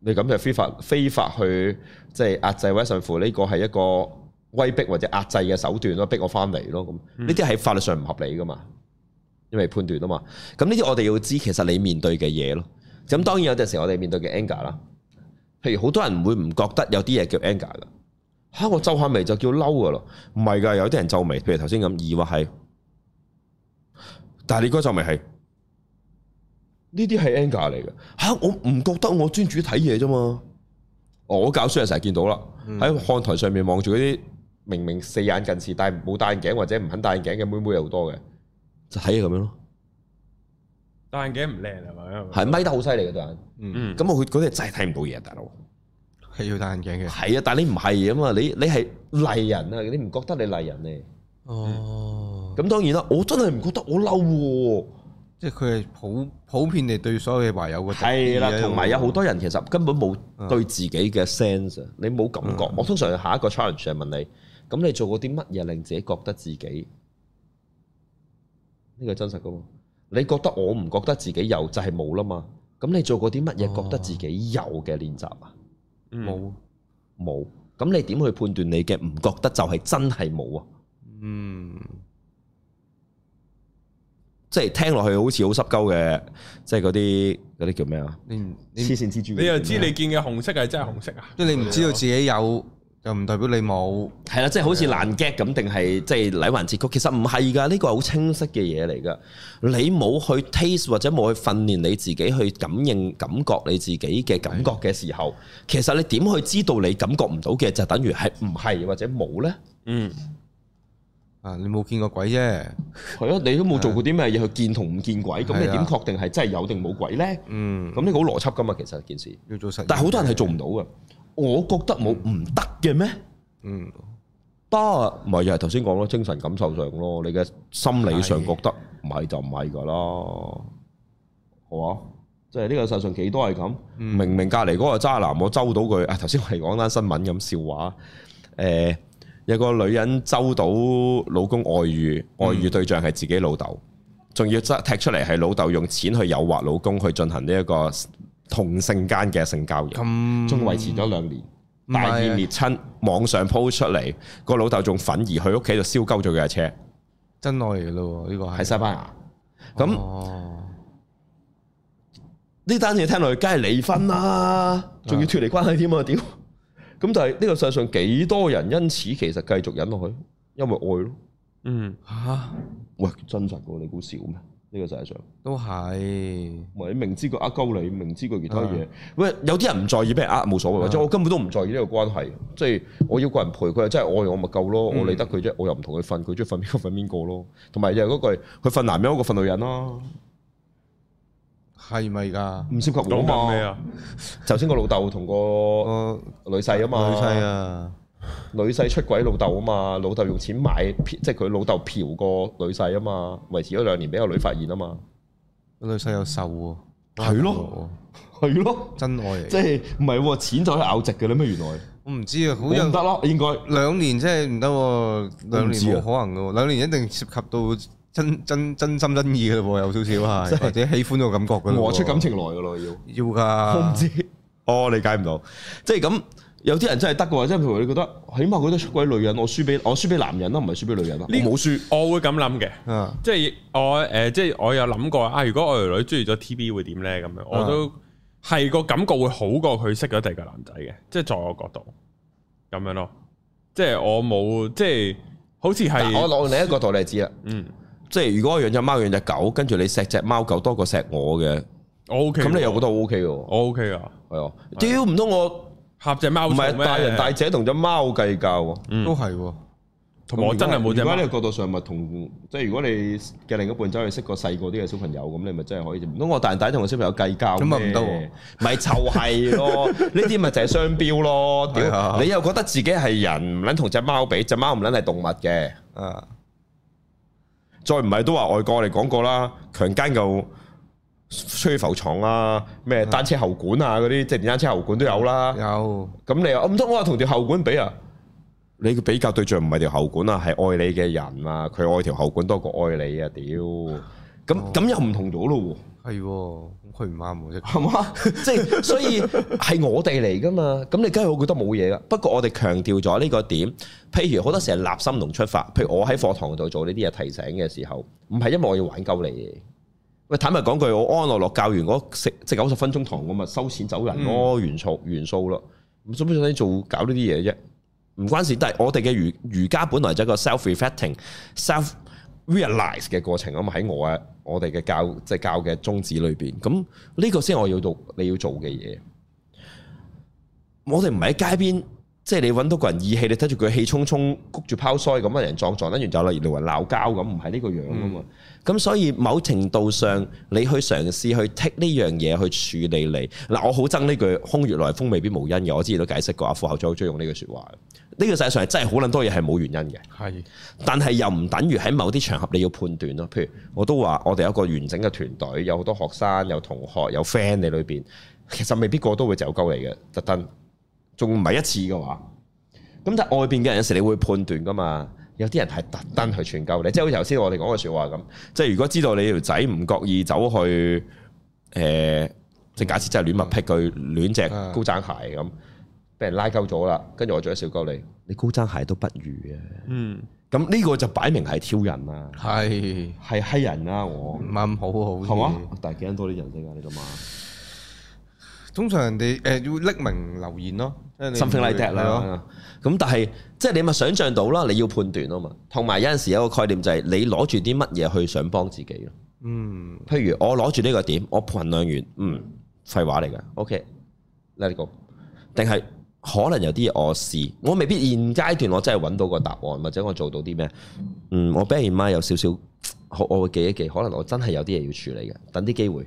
你咁就非法非法去即係壓制或者甚至乎呢個係一個威逼或者壓制嘅手段咯，逼我翻嚟咯咁。呢啲係法律上唔合理噶嘛，因為判斷啊嘛。咁呢啲我哋要知其實你面對嘅嘢咯。咁當然有陣時我哋面對嘅 anger 啦，譬如好多人會唔覺得有啲嘢叫 anger 噶嚇、我皺下眉就叫嬲噶咯，唔係㗎，有啲人皺眉，譬如頭先咁，疑惑係，但係你嗰皺眉係。呢啲係 anger 嚟嘅吓，我唔覺得我專注睇嘢啫嘛。哦我教書嘅成日見到啦，喺看台上面望住嗰啲明明四眼近視，但係冇戴眼鏡或者唔肯戴眼鏡嘅妹妹又好多嘅，就睇嘢咁樣咯，戴眼鏡唔靚係咪？係咪得好犀利嘅對眼。嗯，嗯咁啊我佢嗰啲真係睇唔到嘢，大佬。係要戴眼鏡嘅。係啊，但係你唔係啊嘛，你你係麗人啊，你唔覺得你麗人咧？哦，嗯咁當然啦，我真係唔覺得我嬲喎。即係佢係普普遍地對所有嘅話有個敵意係啦喺，度同埋有好多人其實根本冇對自己嘅 sense，啊你冇感覺。我通常下一個 challenge 係問你，咁你做過啲乜嘢令自己覺得自己呢個真實噶嘛？你覺得我唔覺得自己有就係冇啦嘛？咁你做過啲乜嘢覺得自己有嘅練習啊？嗯冇，冇。咁你點去判斷你嘅唔覺得就係真係冇啊？嗯，即係聽落去好似好濕鳩嘅，即係嗰啲嗰啲叫咩啊？你唔你唔黐線蜘蛛。你又知你見嘅紅色係真係紅色啊？即係你唔知道自己有，啊就唔代表你冇。係啦，即係好似爛 gag 咁，定係即係禮環節曲？其實唔係㗎，呢個係好清晰嘅嘢嚟㗎。你冇去 taste 或者冇去訓練你自己去感應感覺你自己嘅感覺嘅時候，其實你點去知道你感覺唔到嘅就等於係唔係或者冇呢？嗯，啊，你冇見過鬼啫，係咯，你都冇做過啲咩嘢去見同唔見鬼，咁你係啊點確定係真係有定冇鬼咧？嗯，咁呢個好邏輯噶嘛，其實件事。要做實驗，但係好多人係做唔到嘅，我覺得冇唔得嘅咩？嗯，得啊，咪又係頭先講咯，精神感受上咯，你嘅心理上覺得唔係就唔係噶啦，係嘛？即係呢個世上幾多係咁？明明隔離嗰個渣男，我周到佢啊！頭先我哋講單新聞咁笑話，誒、有個女人周到老公外遇，嗯外遇對象係自己老豆，仲要執踢出嚟係老豆用錢去誘惑老公去進行呢一個同性間嘅性交易。咁仲維持咗兩年，唔係大義滅親，網上 po 出嚟，個老豆仲憤而去屋企度燒鳩咗佢嘅車，真愛嚟嘅咯喎，呢個係喺西班牙。咁哦呢單嘢聽落去，梗係離婚啦，仲要脱離關係添啊！屌，咁就係呢個世上幾多人因此其實繼續忍落去，因為愛咯。嗯，嚇喂，真實嘅，你估少咩？呢個世界上，都係，唔係你明知佢呃鳩你，明知佢其他嘢，啊喂，有啲人唔在意俾人呃冇所謂，或者我根本都唔在意呢個關係，即係我要個人陪佢，係真係愛我咪夠咯，我理得佢啫，我又唔同佢瞓，佢中意瞓邊個瞓邊個咯，同埋又係嗰句，佢瞓男人好過瞓女人啦，係咪㗎？唔涉及我講緊咩嘛，啊？頭先個老豆同個我女婿啊嘛，女婿啊，女婿出軌老豆啊嘛，老豆用錢買，即係佢老豆嫖個女婿啊嘛，維持咗兩年俾個女發現啊嘛，個女婿又瘦喎，係咯，係咯，真愛嚟即嘅，係唔係喎，錢就可以咬直嘅啦咩？原來我唔知啊，好我唔有得。咯，應該。兩年真係唔得喎，兩年我唔知冇啊可能嘅喎，兩年一定涉及到真真真心真意嘅喎，有少 少係，或者喜歡個感覺嘅磨咯喎。出感情來噶咯，要要㗎，我唔知，我啊哦理解唔到，即係咁有啲人真係得嘅喎，即係譬如你覺得，起碼佢都出軌女人，我輸俾我輸俾男人啦，唔係輸俾女人啦，我呢冇輸，我會咁諗嘅。啊，即係我誒、即係我有諗過啊！如果我條女中意咗 TB 會點咧？咁啊樣我都係個感覺會好過佢識咗第二個男仔嘅，即係在我角度咁樣咯。即係我冇即係好似但我係攞另一個角度你知啦，嗯，即係如果我養只貓養只狗，跟住你錫只貓狗多過錫我嘅，我 OK 喎。咁你又覺得 O K 嘅喎，我 OK 啊？係啊，屌唔通我合只貓唔做係咩大人大姐同只貓計較喎，都係喎，同埋我真係冇咁只如果貓喺呢個角度上咪同即係如果你嘅另一半走去識個細個啲嘅小朋友，咁你咪真係可以。唔通我大人大同個小朋友計較咁啊咩唔得喎，咪就 係咯。呢啲咪就係商標咯。係啊屌，你又覺得自己係人，唔撚同只貓比，只貓唔撚係動物嘅。啊，再唔係都話外國我哋講過啦，強姦又吹浮床啊，咩單車喉管啊嗰啲，即係電單車喉管都有啦。有咁你又哦唔通我話同條喉管比啊？你嘅比較對象唔係條喉管啊，係愛你嘅人啊，佢愛條喉管多過愛你啊！屌，咁咁又唔同咗咯喎，係喎，咁佢唔啱喎，即係係嘛？ 即係所以係我哋嚟噶嘛，咁你梗係會覺得冇嘢噶。不過我哋強調咗呢個點，譬如好多時係立心同出發，譬如我喺課堂度做呢啲嘢提醒嘅時候，唔係因為我要玩鳩你。喂，坦白講句，我安樂樂教完嗰食即九十分鐘堂，我咪收錢走人咯，元素元素咯。咁做咩想做搞呢啲嘢啫？唔關事，但係我哋嘅瑜瑜伽本來就係一個 self-reflecting、self-realize 嘅過程啊嘛，喺我啊我哋嘅教即係教嘅宗旨裏邊，咁呢個先係我要做你要做嘅嘢。我哋唔係喺街邊，即係你揾到個人義氣，你睇住佢氣沖沖，谷住拋腮咁，揾人撞撞，跟住就例如話鬧交咁，唔係呢個樣啊嘛。咁、所以某程度上，你去嘗試去剔呢樣嘢去處理你嗱，我好憎呢句空穴來風未必無因嘅，我之前都解釋過，阿副校長好中意用呢句説話。呢、個世界上係真係好撚多嘢係冇原因嘅。係但係又唔等於喺某啲場合你要判斷咯。譬如我都話我哋有一個完整嘅團隊，有好多學生、有同學、有 friend 你裏邊，其實未必個個都會走鳩你嘅，特登，仲唔係一次嘅話。咁但係外邊嘅人有時你會判斷噶嘛，有啲人係特登去串鳩你，即係好似頭先我哋講嘅説話咁，即係如果知道你條仔唔覺意走去誒、呃即係假設真係亂物劈佢亂隻嗯高踭鞋咁，俾人拉鳩咗啦，跟住我再笑鳩你，你高踭鞋都不如啊嘅。嗯咁呢個就擺明係挑人啦，係係閪人啦，唔我啱好好係嘛似？？但係幾多啲人識啊？你諗下通常人哋誒要匿名留言咯，something like that，即係你唔會係咯啦。咁但係即係你咪想像到啦，你要判斷啊嘛。同埋有陣時有個概念就係你攞住啲乜嘢去想幫自己咯。嗯，譬如我攞住呢個點，我衡量完，嗯，廢話嚟㗎，OK，let it go。定係可能有啲嘢我試，我未必現階段我真係揾到個答案，或者我做到啲咩。嗯，我 bear in mind 有少少，我我會記一記，可能我真係有啲嘢要處理嘅，等啲機會。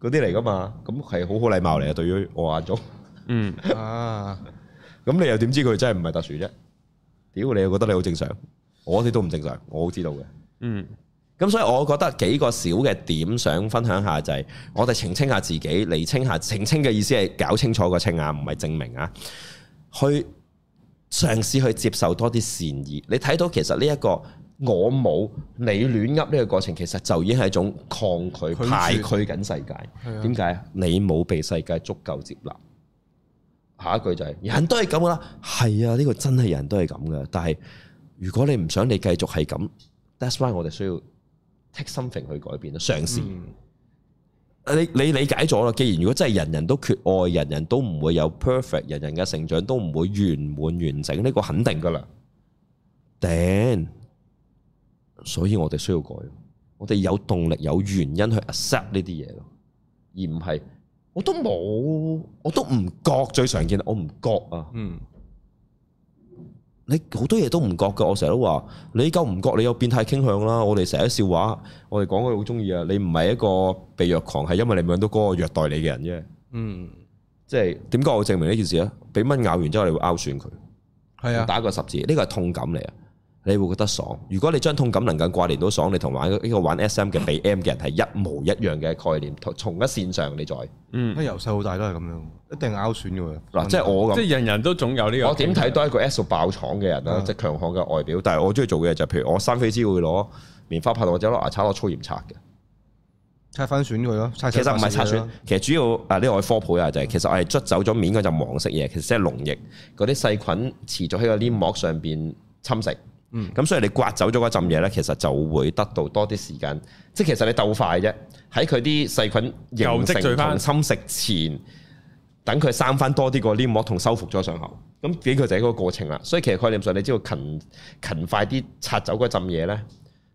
嗰啲嚟噶嘛，咁係好好禮貌嚟啊。對於我眼中， 嗯，啊，咁你又點知佢真係唔係特殊啫？屌你又覺得你好正常，我啲都唔正常，我好知道嘅。嗯，咁所以我覺得幾個小嘅點想分享下就係，我哋澄清下自己，釐清下澄清嘅意思係搞清楚個清啊，唔係證明啊。去嘗試去接受多啲善意，你睇到其實呢、一個我冇你亂噏呢個過程，其實就已經係一種抗拒、拒絕排拒緊世界。點解啊？你冇被世界足夠接納。下一句就係、人都係咁噶啦，係啊，呢、個真係人都係咁噶。但係如果你唔想你繼續係咁，that's why 我哋需要 take something 去改變啊，嘗試。嗯你你理解咗啦，既然如果真係人人都缺愛，人人都唔會有 perfect，人人嘅成長都唔會圓滿完整，呢、個肯定噶啦。頂，所以我哋需要改，我哋有動力、有原因去 accept 呢啲嘢咯，而唔係我都冇，我都唔覺最常見，我唔覺啊。嗯，你好多嘢都唔覺噶，我成日都話你夠唔覺，你有變態傾向啦。我哋成日笑話，我哋講佢好中意啊。你唔係一個被虐狂，係因為你揾到嗰個虐待你嘅人啫。嗯，即係點解我證明呢件事啊？俾蚊咬完之後，你會拗損佢，係啊，打個十字，呢個係痛感嚟啊！你會覺得爽。如果你將痛感能夠掛連到爽，你同玩呢個玩 S.M. 嘅被 M 嘅人係一模一樣嘅概念，同同一線上你再嗯，由細到大都係咁樣，一定拗損嘅喎。嗱，即係我咁即。係人人都總有呢個。我點睇都係一個 S 到爆廠嘅人啦，啊嗯即係強悍嘅外表。但係我中意做嘅嘢就係，譬如我生飛枝會攞棉花棒或者攞牙刷攞粗鹽刷嘅。拆翻損佢咯，拆其散實唔係白色擦嘢損 咯，其實主要啊呢個我科普啊就係其實我係捽走咗面嗰陣黃色嘢，其實即係膿液，嗰啲細菌持續喺個黏膜上邊侵蝕。嗯咁所以你刮走咗嗰浸嘢咧，其實就會得到多啲時間。即係其實你鬥快啫，喺佢啲細菌形又積聚成返同侵蝕前，等佢生翻多啲個黏膜同修復咗傷口。咁幾個就係嗰個過程啦。所以其實概念上，你只要勤勤快啲擦走嗰浸嘢咧，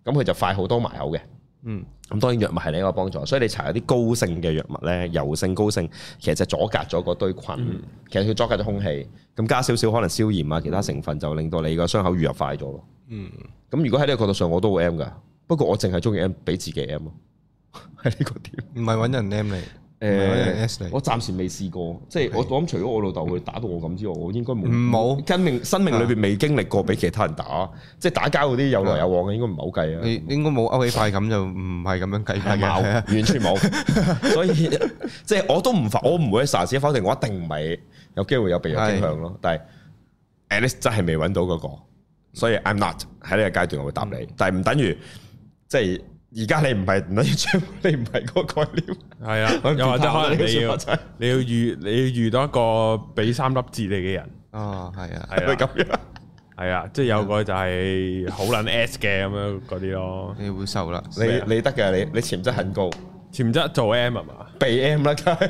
咁佢就快好多埋口嘅。嗯，咁當然藥物係另一個幫助，所以你搽有啲高性嘅藥物咧，油性高性，其實就阻隔咗嗰堆菌，嗯其實佢阻隔咗空氣，咁加少少可能消炎啊，其他成分就令到你個傷口愈合快咗咯。嗯，咁如果喺呢個角度上，我都會 M 噶，不過我淨係中意 M 俾自己 M 咯，喺呢個點。唔係揾人 name 唔誒、係因為 S 嚟我暫時未試過，即係我我諗除咗我老豆會打到我咁之外，我應該冇嗯冇生命生命裏邊未經歷過俾其他人打，即係打交嗰啲有來有往嘅，應該唔係好計啊。你，你應該冇勾起快感就唔係咁樣計法嘅，冇，係啊完 全冇。所以即係我都唔否，我唔會喺沙士否定，我一定唔係有機會有被虐傾向咯。但係 at least 真係未揾到嗰、個，所以 I'm not 喺呢個階段我會答你，嗯但係唔等於即係而家你唔係唔等於將你唔係嗰個概念。係 啊，又或者可能你要啊你要遇你要遇到一個俾三粒字你嘅人， 哦，係啊，係係咪啊，咁樣？係啊，即係有個就係好撚 S 嘅咁樣嗰啲咯。你會受啦，咩啊你你得嘅，你你潛質很高，潛質做 M 係嘛？被 M 啦，梗係。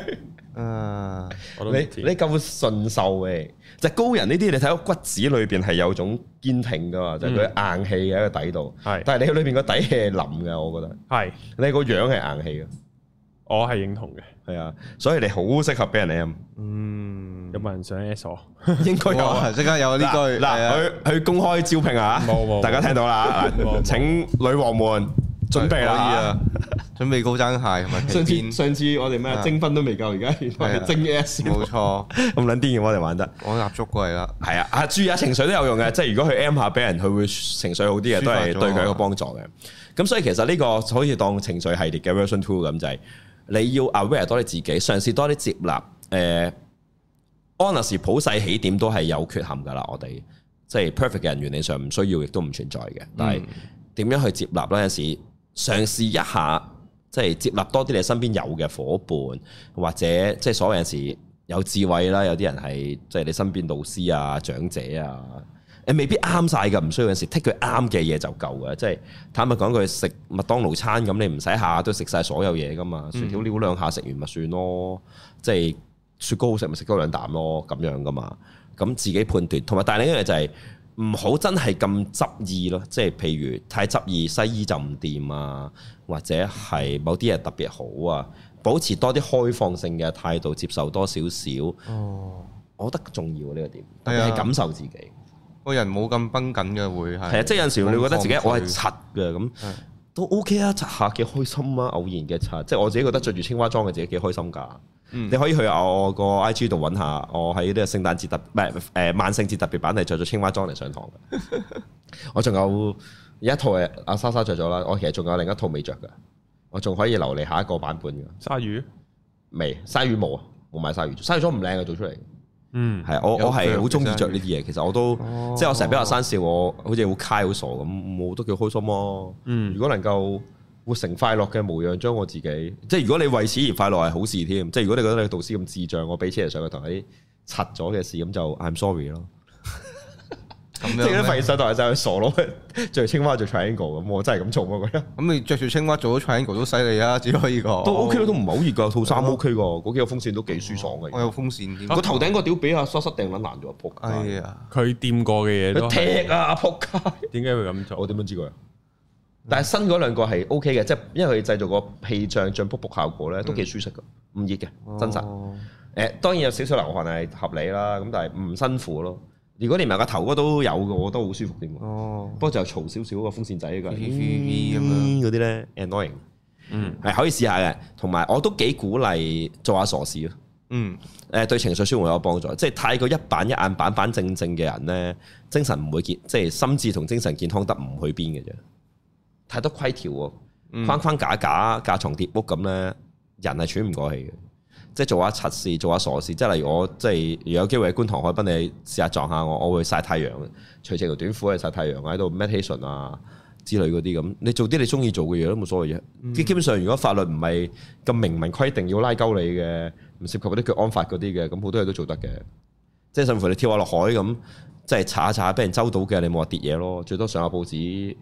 啊，我都唔你知你夠順受嘅，就係高人呢啲，你睇到骨子裏邊係有種堅挺噶嘛，就係佢嗯硬氣嘅喺個底度。係但係你裏邊個底氣係冧嘅，我覺得係，你個樣係硬氣嘅，我係認同嘅。係啊，所以你好適合俾人 M，嗯，有冇人想 S 我？ 應該有哇啊。即刻有呢句，嗱係啊嗱，佢佢公開招聘啊，冇冇冇大家聽到啦啊冇冇，請女王們準備啦。可以啊，準備高踭鞋同埋皮上次鞭，上次我哋咩啊徵婚都未夠，而家原來係徵 S，冇錯，咁撚癲嘅我哋玩得。我立足過嚟啦，係啊，啊注意下情緒都有用嘅，即係如果佢 M 下俾人，佢會情緒好啲嘅，嗯抒都發係咗對佢一個幫助嘅。咁所以其實呢個可以當情緒系列嘅 version two 咁就係、你要 aware 多啲自己，嘗試多啲接納。誒、honest 普世起點都係有缺陷㗎啦，我哋即係 perfect 嘅人原理上唔需要，亦都唔存在嘅。嗯但係點樣去接納呢？有時嘗試一下，即係接納多啲你身邊有嘅伙伴，或者即係所謂有時有智慧啦，有啲人係即係你身邊老師啊、長者啊，誒未必啱晒㗎，唔需要有時剔佢啱嘅嘢就夠㗎。即係坦白講，佢食麥當勞餐咁，你唔使下下都食晒所有嘢㗎嘛，薯條撩兩下食完咪算咯，即係雪糕好食咪食多兩啖咯，咁樣㗎嘛。咁自己判斷，同埋但係另一樣嘢就係唔好真係咁執意咯，即係譬如太執意西醫就唔掂啊，或者係某啲嘢特別好啊，保持多啲開放性嘅態度，接受多少少，哦，我覺得重要啊呢個點，特係啊別係感受自己。個人冇咁崩緊嘅會係。係啊，即係有陣時你會覺得自己冇咁我係脆柒嘅咁係，都 OK 啊，柒下幾開心啊，偶然嘅柒，即係我自己覺得着住青蛙裝嘅自己幾開心㗎。嗯你可以去我個 IG 度揾下，我喺呢個聖誕節特唔係誒萬聖節特別版係着咗青蛙裝嚟上堂嘅。 我仲有有一套係阿莎莎着咗啦，我其實仲有另一套未着㗎，我仲可以留嚟下一個版本㗎。鯊魚，未鯊魚毛啊，冇買鯊魚，鯊魚裝唔靚嘅做出嚟。嗯，係啊我有我係好中意着呢啲腳嘢，其實我都哦即係我成日俾學生笑我，好似好 high 好傻咁，我都幾開心咯。嗯如果能夠活成快樂嘅模樣，將我自己即係如果你為此而快樂係好事添。即係如果你覺得你個導師咁智障，我俾車人上個堂係啲柒咗嘅事，咁就 I'm sorry 咯。咁即樣係啲咩廢上堂就係傻佬， 着青蛙做 triangle 咁，我真係咁做啊我覺得咁你着住青蛙做咗 triangle 都犀利啊，只可以講。都 OK 咯，都唔哦係好哦熱㗎，套衫 OK 㗎，嗰幾個風扇都幾舒爽我嘅。有風扇添。個頭頂個屌俾阿蘇塞定撚爛咗，哎仆街！呀，佢掂過嘅嘢都佢係，踢啊，仆街！點解會咁做？我點樣知佢啊？但係新嗰兩個係 O K 嘅，即係因為佢製造個氣象漲卜卜效果咧，都幾舒適嘅，唔熱嘅，真實。誒、哦當然有少少流汗係合理啦，咁但係唔辛苦咯。如果連埋個頭嗰都有嘅，我都好舒服添喎。哦，不過就嘈少少個風扇仔嗰個嗯嗯嗰啲咧 annoying，嗯，係可以試下嘅。同埋我都幾鼓勵做下傻事咯。啊嗯，誒呃對情緒舒緩有幫助，即係太過一板一眼、板板正正嘅人呢，精神唔會健，即係心智同精神健康得唔去邊嘅啫。太多規條喎，框框架架、架床疊屋咁呢，人係喘唔過氣嘅。即係做下測試，做下傻事，即係例如我即係如果有機會喺觀塘海濱，你試下撞下我，我會曬太陽，除剩條短褲去曬太陽喺度 meditation 啊之類嗰啲咁。你做啲你中意做嘅嘢都冇所謂嘅。基基本上，如果法律唔係咁明文規定要拉鳩你嘅，唔涉及嗰啲腳安法嗰啲嘅，咁好多嘢都做得嘅。即係甚至乎你跳下落海咁，即係查一查俾人周到嘅，你冇話跌嘢咯，最多上下報紙。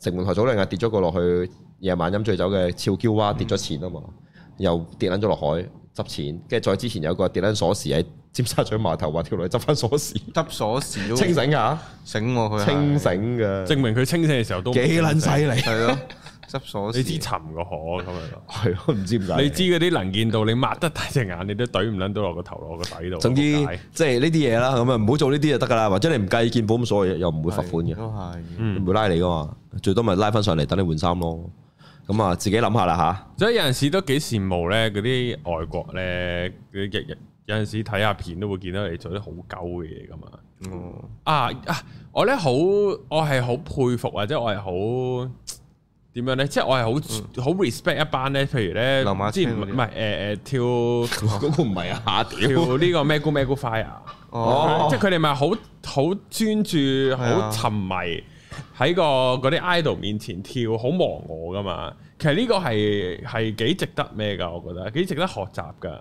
城門台早兩日跌咗個落去，夜晚飲醉酒嘅俏嬌娃跌咗錢啊嘛，又跌撚咗落海執錢，跟住再之前有個跌撚鎖匙喺尖沙咀碼頭話跳落去執翻鎖匙，執鎖匙都清醒㗎，醒喎佢係。清醒㗎，證明佢清醒嘅時候都唔幾撚犀利，係咯， 執鎖匙。你知沉個河咁樣咯。係咯，唔知點解。你知嗰啲能見度，你擘得大隻眼，你都懟唔撚到落個頭落個底度。總之仆街即係呢啲嘢啦，咁啊唔好做呢啲就得㗎啦，或者你唔計健保咁所謂，又唔會會罰款嘅，都係。唔會拉你㗎嘛，最多咪拉翻上嚟等你換衫咯。咁啊，自己諗下啦吓，所以有陣時都幾羨慕咧，嗰啲外國咧，佢日日有陣時睇下片都會見到你做啲好鳩嘅嘢噶嘛。嗯哦，啊啊！我咧好，我係好佩服或者我係好點樣咧？即係我係好好 respect 一班咧，譬如咧嗯流馬，車之前唔嗰啲啊唔係誒誒 跳嗰個唔係啊，下屌，跳呢個咩 Go m e g o Fire。哦，即係佢哋咪好好專注、好啊沉迷喺個嗰啲 idol 面前跳，好忘我噶嘛。其實呢個係係幾值得咩㗎？我覺得幾值得學習㗎。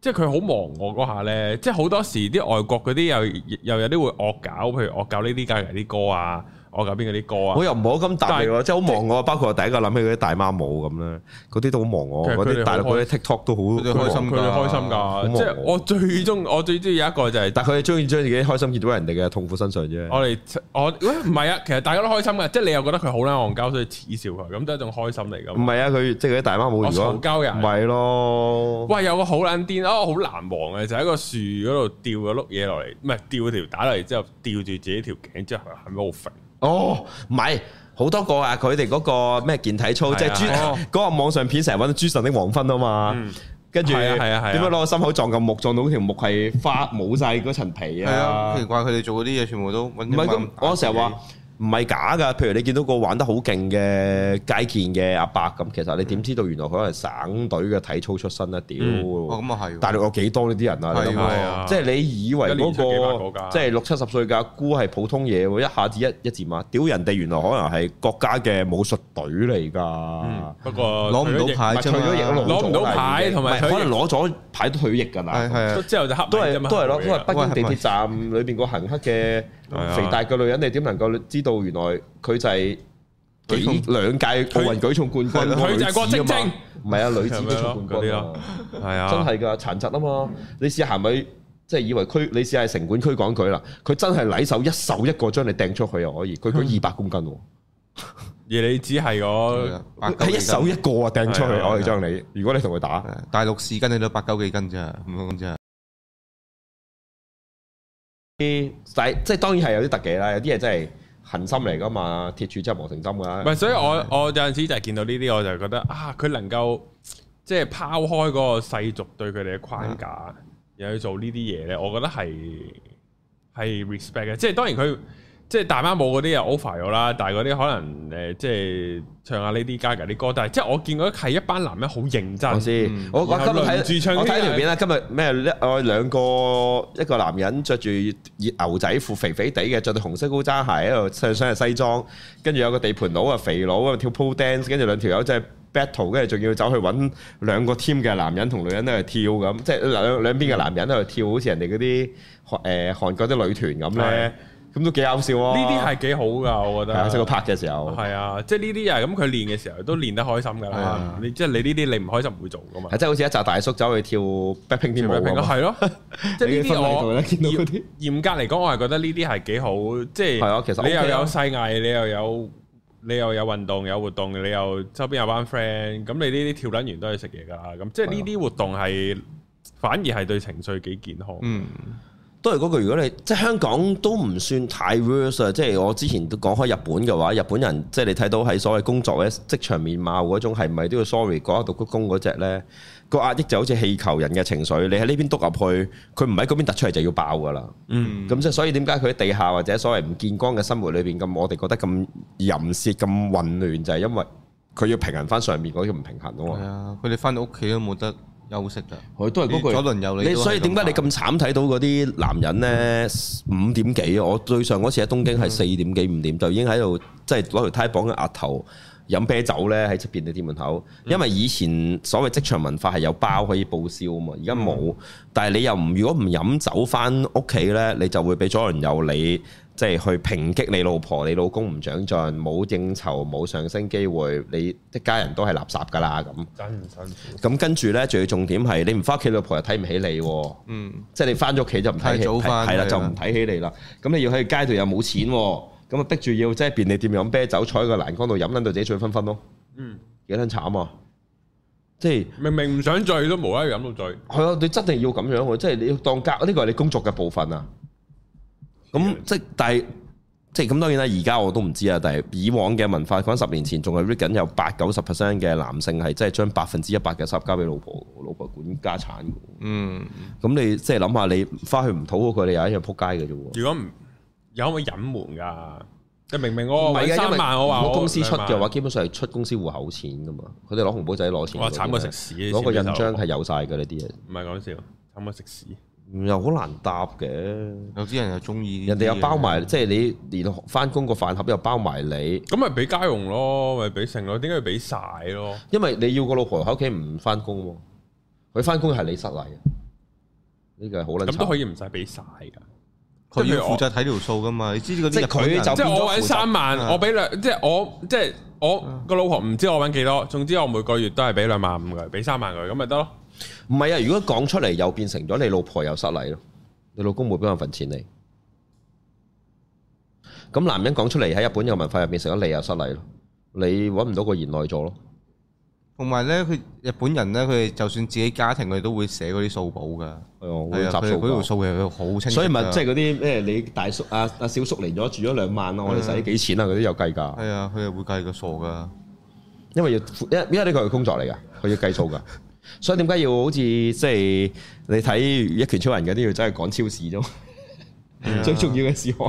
即係佢好忘我嗰下咧，即係好多時啲外國嗰啲又又有啲會惡搞，譬如惡搞呢啲隔離啲歌啊，惡搞邊嗰啲歌我啊。又唔好咁答但你喎，即係好望我，包括我第一個諗起嗰啲大媽舞咁咧，嗰啲都好望我，其實嗰佢啲哋大陸好嗰開啲 TikTok 都好佢哋好開忙心佢哋開心好㗎，忙即係我最鍾我最鍾意有一個就係但係佢哋中意將自己開心見到人哋嘅痛苦身上啫。我哋我喂唔係啊，其實大家都開心嘅，即係你又覺得佢好撚戇鳩，所以恥笑佢，咁都係一種開心嚟㗎唔嘛。係啊，佢即係嗰啲大媽舞，我如果嘈交人唔係咯，喂，有個好撚癲啊，好難忘嘅，就喺個樹嗰度吊個碌嘢落嚟，唔係吊條帶落嚟之後，吊住自己條頸之後，係咪好肥？哦，唔係好多個啊，佢哋嗰個咩健體操，係啊即係朱哦嗰個網上片成日揾到朱晨的黃昏啊嘛。跟住係啊係啊係啊點樣攞個心口撞嚿木，撞到條木 係花冇晒嗰層皮係啊啊，奇！怪佢哋做嗰啲嘢全部都揾唔係咁，我成日話唔係假㗎。譬如你見到個玩得好勁嘅街健嘅阿伯咁，其實你點知道原來佢可能省隊嘅體操出身啊？屌！嗯哦，咁啊系，大陸有幾多呢啲人啊？你諗係下喎係啊，即係你以為一年嗰、出幾百個個㗎即係六七十歲嘅阿姑係普通嘢喎，一下子一一字馬，屌人哋原來可能係國家嘅武術隊嚟㗎，嗯不過攞唔到退咗役牌咪啫退嘛咗役都攞唔到老咗啦牌已經同埋唔係退役可能攞咗牌都退役㗎啦係。係啊出之後就黑都米係啫嘛都係咯，黑都米嚟係㗎北京地鐵站裏邊個行乞嘅啊肥大嘅女人，你點能夠知道原來佢就係幾舉兩屆奧運舉重冠軍佢個女佢就係郭晶子啊晶嘛？唔係啊，女子係咪舉重咯冠嗰啲軍咯啊，係啊，真係㗎殘疾啊嘛！你試下係咪即係以為區？你試下係城管區講佢啦，佢真係禮手一手一個將你掟出去啊又可以，佢嗯舉二百公斤喎，而你只係我啊八九啊係一手幾一個啊掟出去，係啊我哋將你，如果你同佢打斤，。係啊大陸市斤你都八九幾斤咋，咁樣咋，啲，但係即係當然係有啲特技啦，有啲嘢真係恒心嚟噶嘛，鐵柱真係磨成針唔㗎。係，所以我我有陣時就係見到呢啲，我就覺得啊，佢能夠即係拋開嗰個世俗對佢哋嘅框啊架，又去做呢啲嘢咧，我覺得係係 respect 嘅。即係當然佢即係大媽舞嗰啲又 over 咗啦，但係嗰啲可能誒、呃即係唱下呢啲 Gaga 啲歌，但係即係我見嗰係一班男人好認我真，知嗯，我我然今後日輪住唱睇呢我睇樣條片啦，今日咩咧？我兩個一個男人着住熱牛仔褲，肥肥地嘅，着對紅色高踭鞋，喺度上上係西裝，跟住有個地盤佬啊，肥佬啊跳 pole dance，跟住兩條友真係 battle，跟住仲要走去揾兩個 team 嘅男人同女人喺度跳咁，即係兩兩邊嘅男人喺度跳，好似人哋嗰啲韓誒韓國啲女團咁咧，咁都幾搞笑呢喎。啲係幾好噶，我覺係啊，得即係佢。拍嘅時候。係啊，即係呢啲又係咁，佢練嘅時候都練得開心噶係啦啊。你即係你呢啲你唔開心唔會做噶嘛係。即係好似一扎大叔走去跳 Blackpink 啲舞咁，啊 係咯，即係呢啲我你嘅婚禮度咧見到嗰啲嚴嚴格嚟講，我係覺得呢啲係幾好，即係係啊其實你 OK 啊又有細藝，你又有你又有運動有活動，你又周邊有班 friend，咁你呢啲跳撚完都係食嘢㗎啦，咁即係呢啲活動係反而係對情緒幾健康。嗯，都係嗰句，如果你即係香港都唔算太 worse 啊！即係我之前都講開日本嘅話，日本人即係你睇到喺所謂工作嘅職場面貌嗰種係咪都要 sorry 講下到鞠躬嗰只呢？個壓抑就好似氣球人嘅情緒，你喺呢邊督入去，佢唔喺嗰邊突出嚟就要爆㗎啦。嗯咁即係所以點解佢喺地下或者所謂唔見光嘅生活裏邊咁，我哋覺得咁淫褻、咁混亂，就係因為佢要平衡翻上面嗰啲唔平衡啊嘛係。啊，佢哋翻到屋企都冇得休息㗎，佢都係嗰句。左輪右你你都係所以點解你咁咁慘睇到嗰啲男人呢？五點幾啊？我最上嗰次喺東京嗯係四點幾五點就已經喺度，即係攞條胎綁嘅額頭飲啤酒呢，喺出邊嘅店門口。嗯因為以前所謂職場文化係有包可以報銷啊嘛，而家嗯冇。但係你又唔如果唔飲酒翻屋企呢，你就會俾左鄰右里。即係去抨擊你老婆、你老公唔長進，冇應酬、冇上升機會，你一家人都係垃圾㗎啦咁。真唔辛苦，咁跟住呢，仲要重點係你唔翻屋企，老婆又睇唔起你喎。嗯，即係你翻咗屋企就唔睇太起，早返係啦係啦就唔睇起你啦。咁你要喺街度又冇錢喎，咁啊逼住要即係便利店飲啤酒，坐喺個欄杆度飲撚到自己醉醺醺咯。嗯，幾撚慘啊！即係明明唔想醉都無啦啦飲到醉，係啊，你真係要咁樣喎，即係你要當隔呢個係你工作嘅部分啊。咁嗯即係但係。即係咁當然啦，而家我都唔知啊。但係以往嘅文化，講十年前仲係 read 緊有八九十 percent 嘅男性係真係將百分之一百嘅收入交俾老婆，老婆管家產嘅。嗯，咁你即係諗下，你翻去唔討好佢，你又一樣撲街嘅啫喎。如果唔有可唔可以隱瞞㗎？即係明明我唔係揾嘅，因哦三為萬，我話如我果公司出兩嘅話，萬，基本上係出公司户口錢噶嘛，佢哋攞紅簿仔攞錢嗰啲哇咧。慘過食屎！啊攞個印章係係有晒嘅呢啲嘢，唔係講笑？慘過食屎！又好難答嘅。有啲人又中意呢啲人哋又嘢包埋，即係你連翻工個飯盒又包埋你，咁咪俾家用咯，咪俾剩咯，點解要俾晒咯？因為你要個老婆喺屋企唔翻工喎，佢翻工係你失禮，啊呢個係好撚咁都慘可。以唔使俾晒噶。佢即係譬要如我負責睇條數㗎嘛，你知嗰啲即係日佢本人就即係我變咗揾負責啊三萬，啊我俾兩，即係我即係我個老婆唔知我揾幾多，總之我每個月都係俾兩萬五佢，俾三萬佢，咁咪得咯。唔係啊，如果講出嚟又變成咗你老婆又失禮咯，你老公冇俾我份錢你。咁男人講出嚟喺日本嘅文化入邊，成咗你又失禮咯，你揾唔到個賢內助咯。同埋咧，佢日本人咧，佢哋就算自己家庭，佢哋都會寫嗰啲數簿㗎。係啊，會係啊，佢集哋數嗰條㗎數係好清晰㗎。所以咪即係嗰啲咩？你大叔啊啊小叔嚟咗住咗兩萬咯，我哋使幾錢啊？嗰啲有計㗎，係啊，佢哋會計個數㗎。因為要因因為呢個係工作嚟㗎，佢要計數㗎。所以點解要好似即係你睇一拳超人嗰啲要真係趕超市啫嘛？最重要嘅事項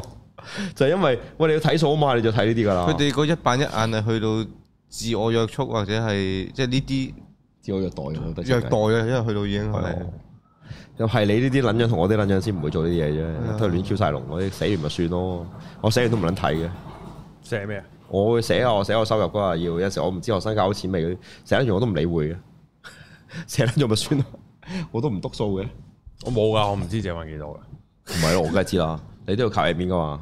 就係因為喂你要睇數啊嘛，你就睇呢啲噶啦。佢哋嗰一板一眼係去到自我約束或者係即係呢啲只我虐待我覺得虐待啊，因為去到已經係係啊又係你呢啲撚樣同我啲撚樣先唔會做呢啲嘢啊啫，都係亂 Q 晒龍嗰啲，死完咪算咯。我死完都唔撚睇嘅，寫咩啊？我會寫啊，我寫我收入嗰下要，有時我唔知學生交錢未嗰啲，寫得完我都唔理會嘅， 寫得咗咪算咯，我都唔篤數嘅。唔我冇噶，我唔知借揾幾多噶。係咯，我梗係知啦，你都要靠 admin 噶嘛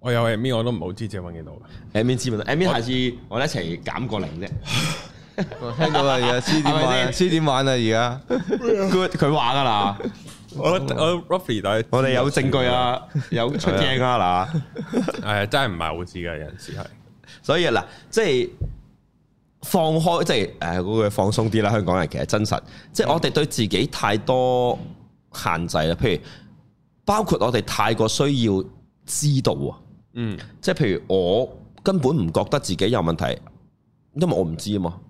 我有 admin 我都唔好知借揾幾多噶。 ，admin 知咪得，admin 下次我哋一齊減個 零啫。我聽到啦，而家黐點 係玩咪啊，先黐點 玩啊，而家 Good，佢話噶啦，我我 roughly 但係我哋有證據，啊，有出鏡啊嗱。誒真係唔係好知嘅，有陣時係所以啊嗱，即係放開，即係誒嗰句放鬆啲啦。香港人其實真實，即係我哋對自己太多限制啦。譬如包括我哋太過需要知道啊，嗯即係譬如我根本唔覺得自己有問題，因為我唔知啊嘛，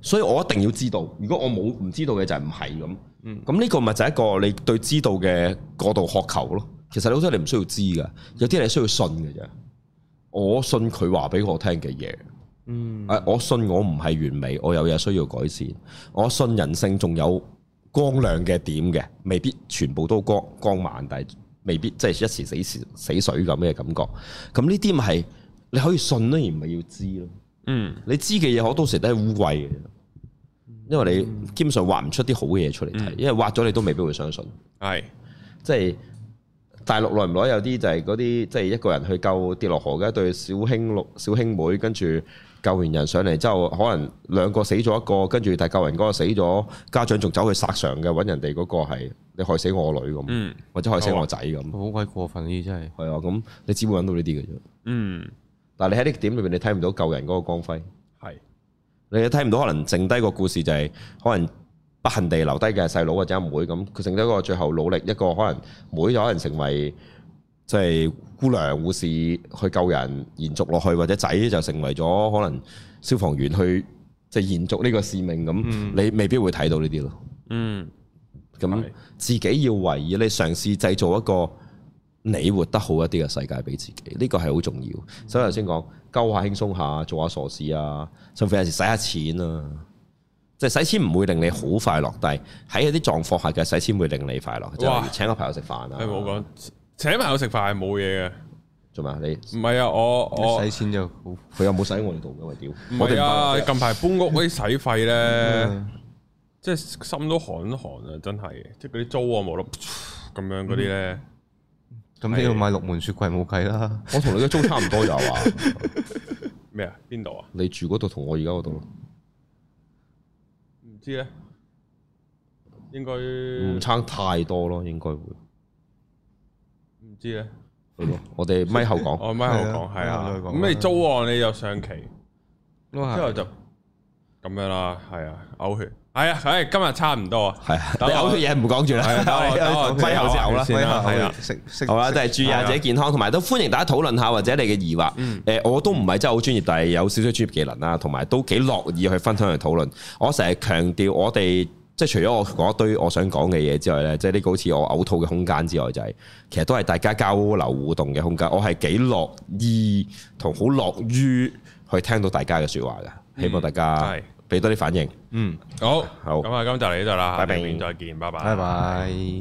所以我一定要知道。如果我冇唔知道嘅就係唔係咁。咁呢個咪就係一個你對知道嘅過度渴求咯。其實你好多嘢你唔需要知噶，有啲嘢你需要信嘅啫。我信佢話俾我聽嘅嘢。嗯，我信我唔係完美，我有嘢需要改善。我信人性仲有光亮嘅點嘅，未必全部都光光猛，但係未必即係一時死時死水咁嘅感覺。咁呢啲咪係你可以信咯，而唔係要知咯。嗯你知嘅嘢，我到時都係污衊嘅啫，因為你基本上畫唔出啲好嘅嘢出嚟睇，因為畫咗你都未必會相信。係即係大陸耐唔耐有啲就係嗰啲，即係一個人去救跌落河嘅一對小兄六小兄妹，跟住救完人上嚟之後，可能兩個死咗一個，跟住但係救人嗰個死咗，家長仲走去殺常嘅，揾人哋嗰個係你害死我女咁，嗯或者害死我仔咁，好鬼過分呢啲真係。係啊，咁你只會揾到呢啲嘅啫。嗯但係你喺呢個點裏面，你睇唔到救人嗰個光輝。係你睇唔到可能剩低個故事就係、可能不幸地留低嘅係細佬或者阿妹咁，佢剩低個最後努力一個可能妹就可能成為即係姑娘護士去救人，延續落去或者仔就成為咗可能消防員去即係延續呢個使命咁，你未必會睇到呢啲咯。嗯咁係自己要為意，你嘗試製造一個你活得好一啲嘅世界俾自己，呢個係好重要。所以頭先講，鳩下輕鬆下，做下傻事啊，甚至有時使下錢啊，即係使錢唔會令你好快樂，但係喺一啲狀況下嘅使錢會令你快樂。即係哇例如請個朋友食飯啊，你冇講請朋友食飯係冇嘢嘅，做咩啊？你唔係啊我我使錢就好，佢有冇使我哋度嘅？喂屌！唔我哋係唔啊係近排搬屋嗰啲使費咧，即係心都寒一寒啊！真係即係嗰啲租啊無啦咁樣嗰啲咧，咁你要買六門雪櫃冇計啦。我同你嘅租差唔多就話，咩啊邊度啊你住嗰度同我而家嗰度咯唔知咧，應該唔唔差太多咯，應該會知咧。係咯。我哋咪後講。我咪喺度講係係啊啊，咪後再講咁你租案你就上期，之之後就咁樣啦，係啊，嘔血，係啊，唉，今日差唔多啊，係啊，等我你有啲嘢唔講住啦，係啊等我 等我咪後先嘔嘔啦啦。先啊啦係啦食食好啦，食都係注意下自己健康，同埋都歡迎大家討論下或者你嘅疑惑。嗯誒，我都唔係真係好專業，但係有少少專業技能啦，同埋都幾樂意去分享去討論。我成日強調我哋。即係除咗我講一堆我想講嘅嘢之外咧，即係呢個好似我嘔吐嘅空間之外，就係、其實都係大家交流互動嘅空間。我係幾樂意同好樂於去聽到大家嘅説話嘅，希望大家嗯係俾多啲反應。好，好咁啊，今集嚟呢度啦，拜拜下邊再見，拜拜拜。拜。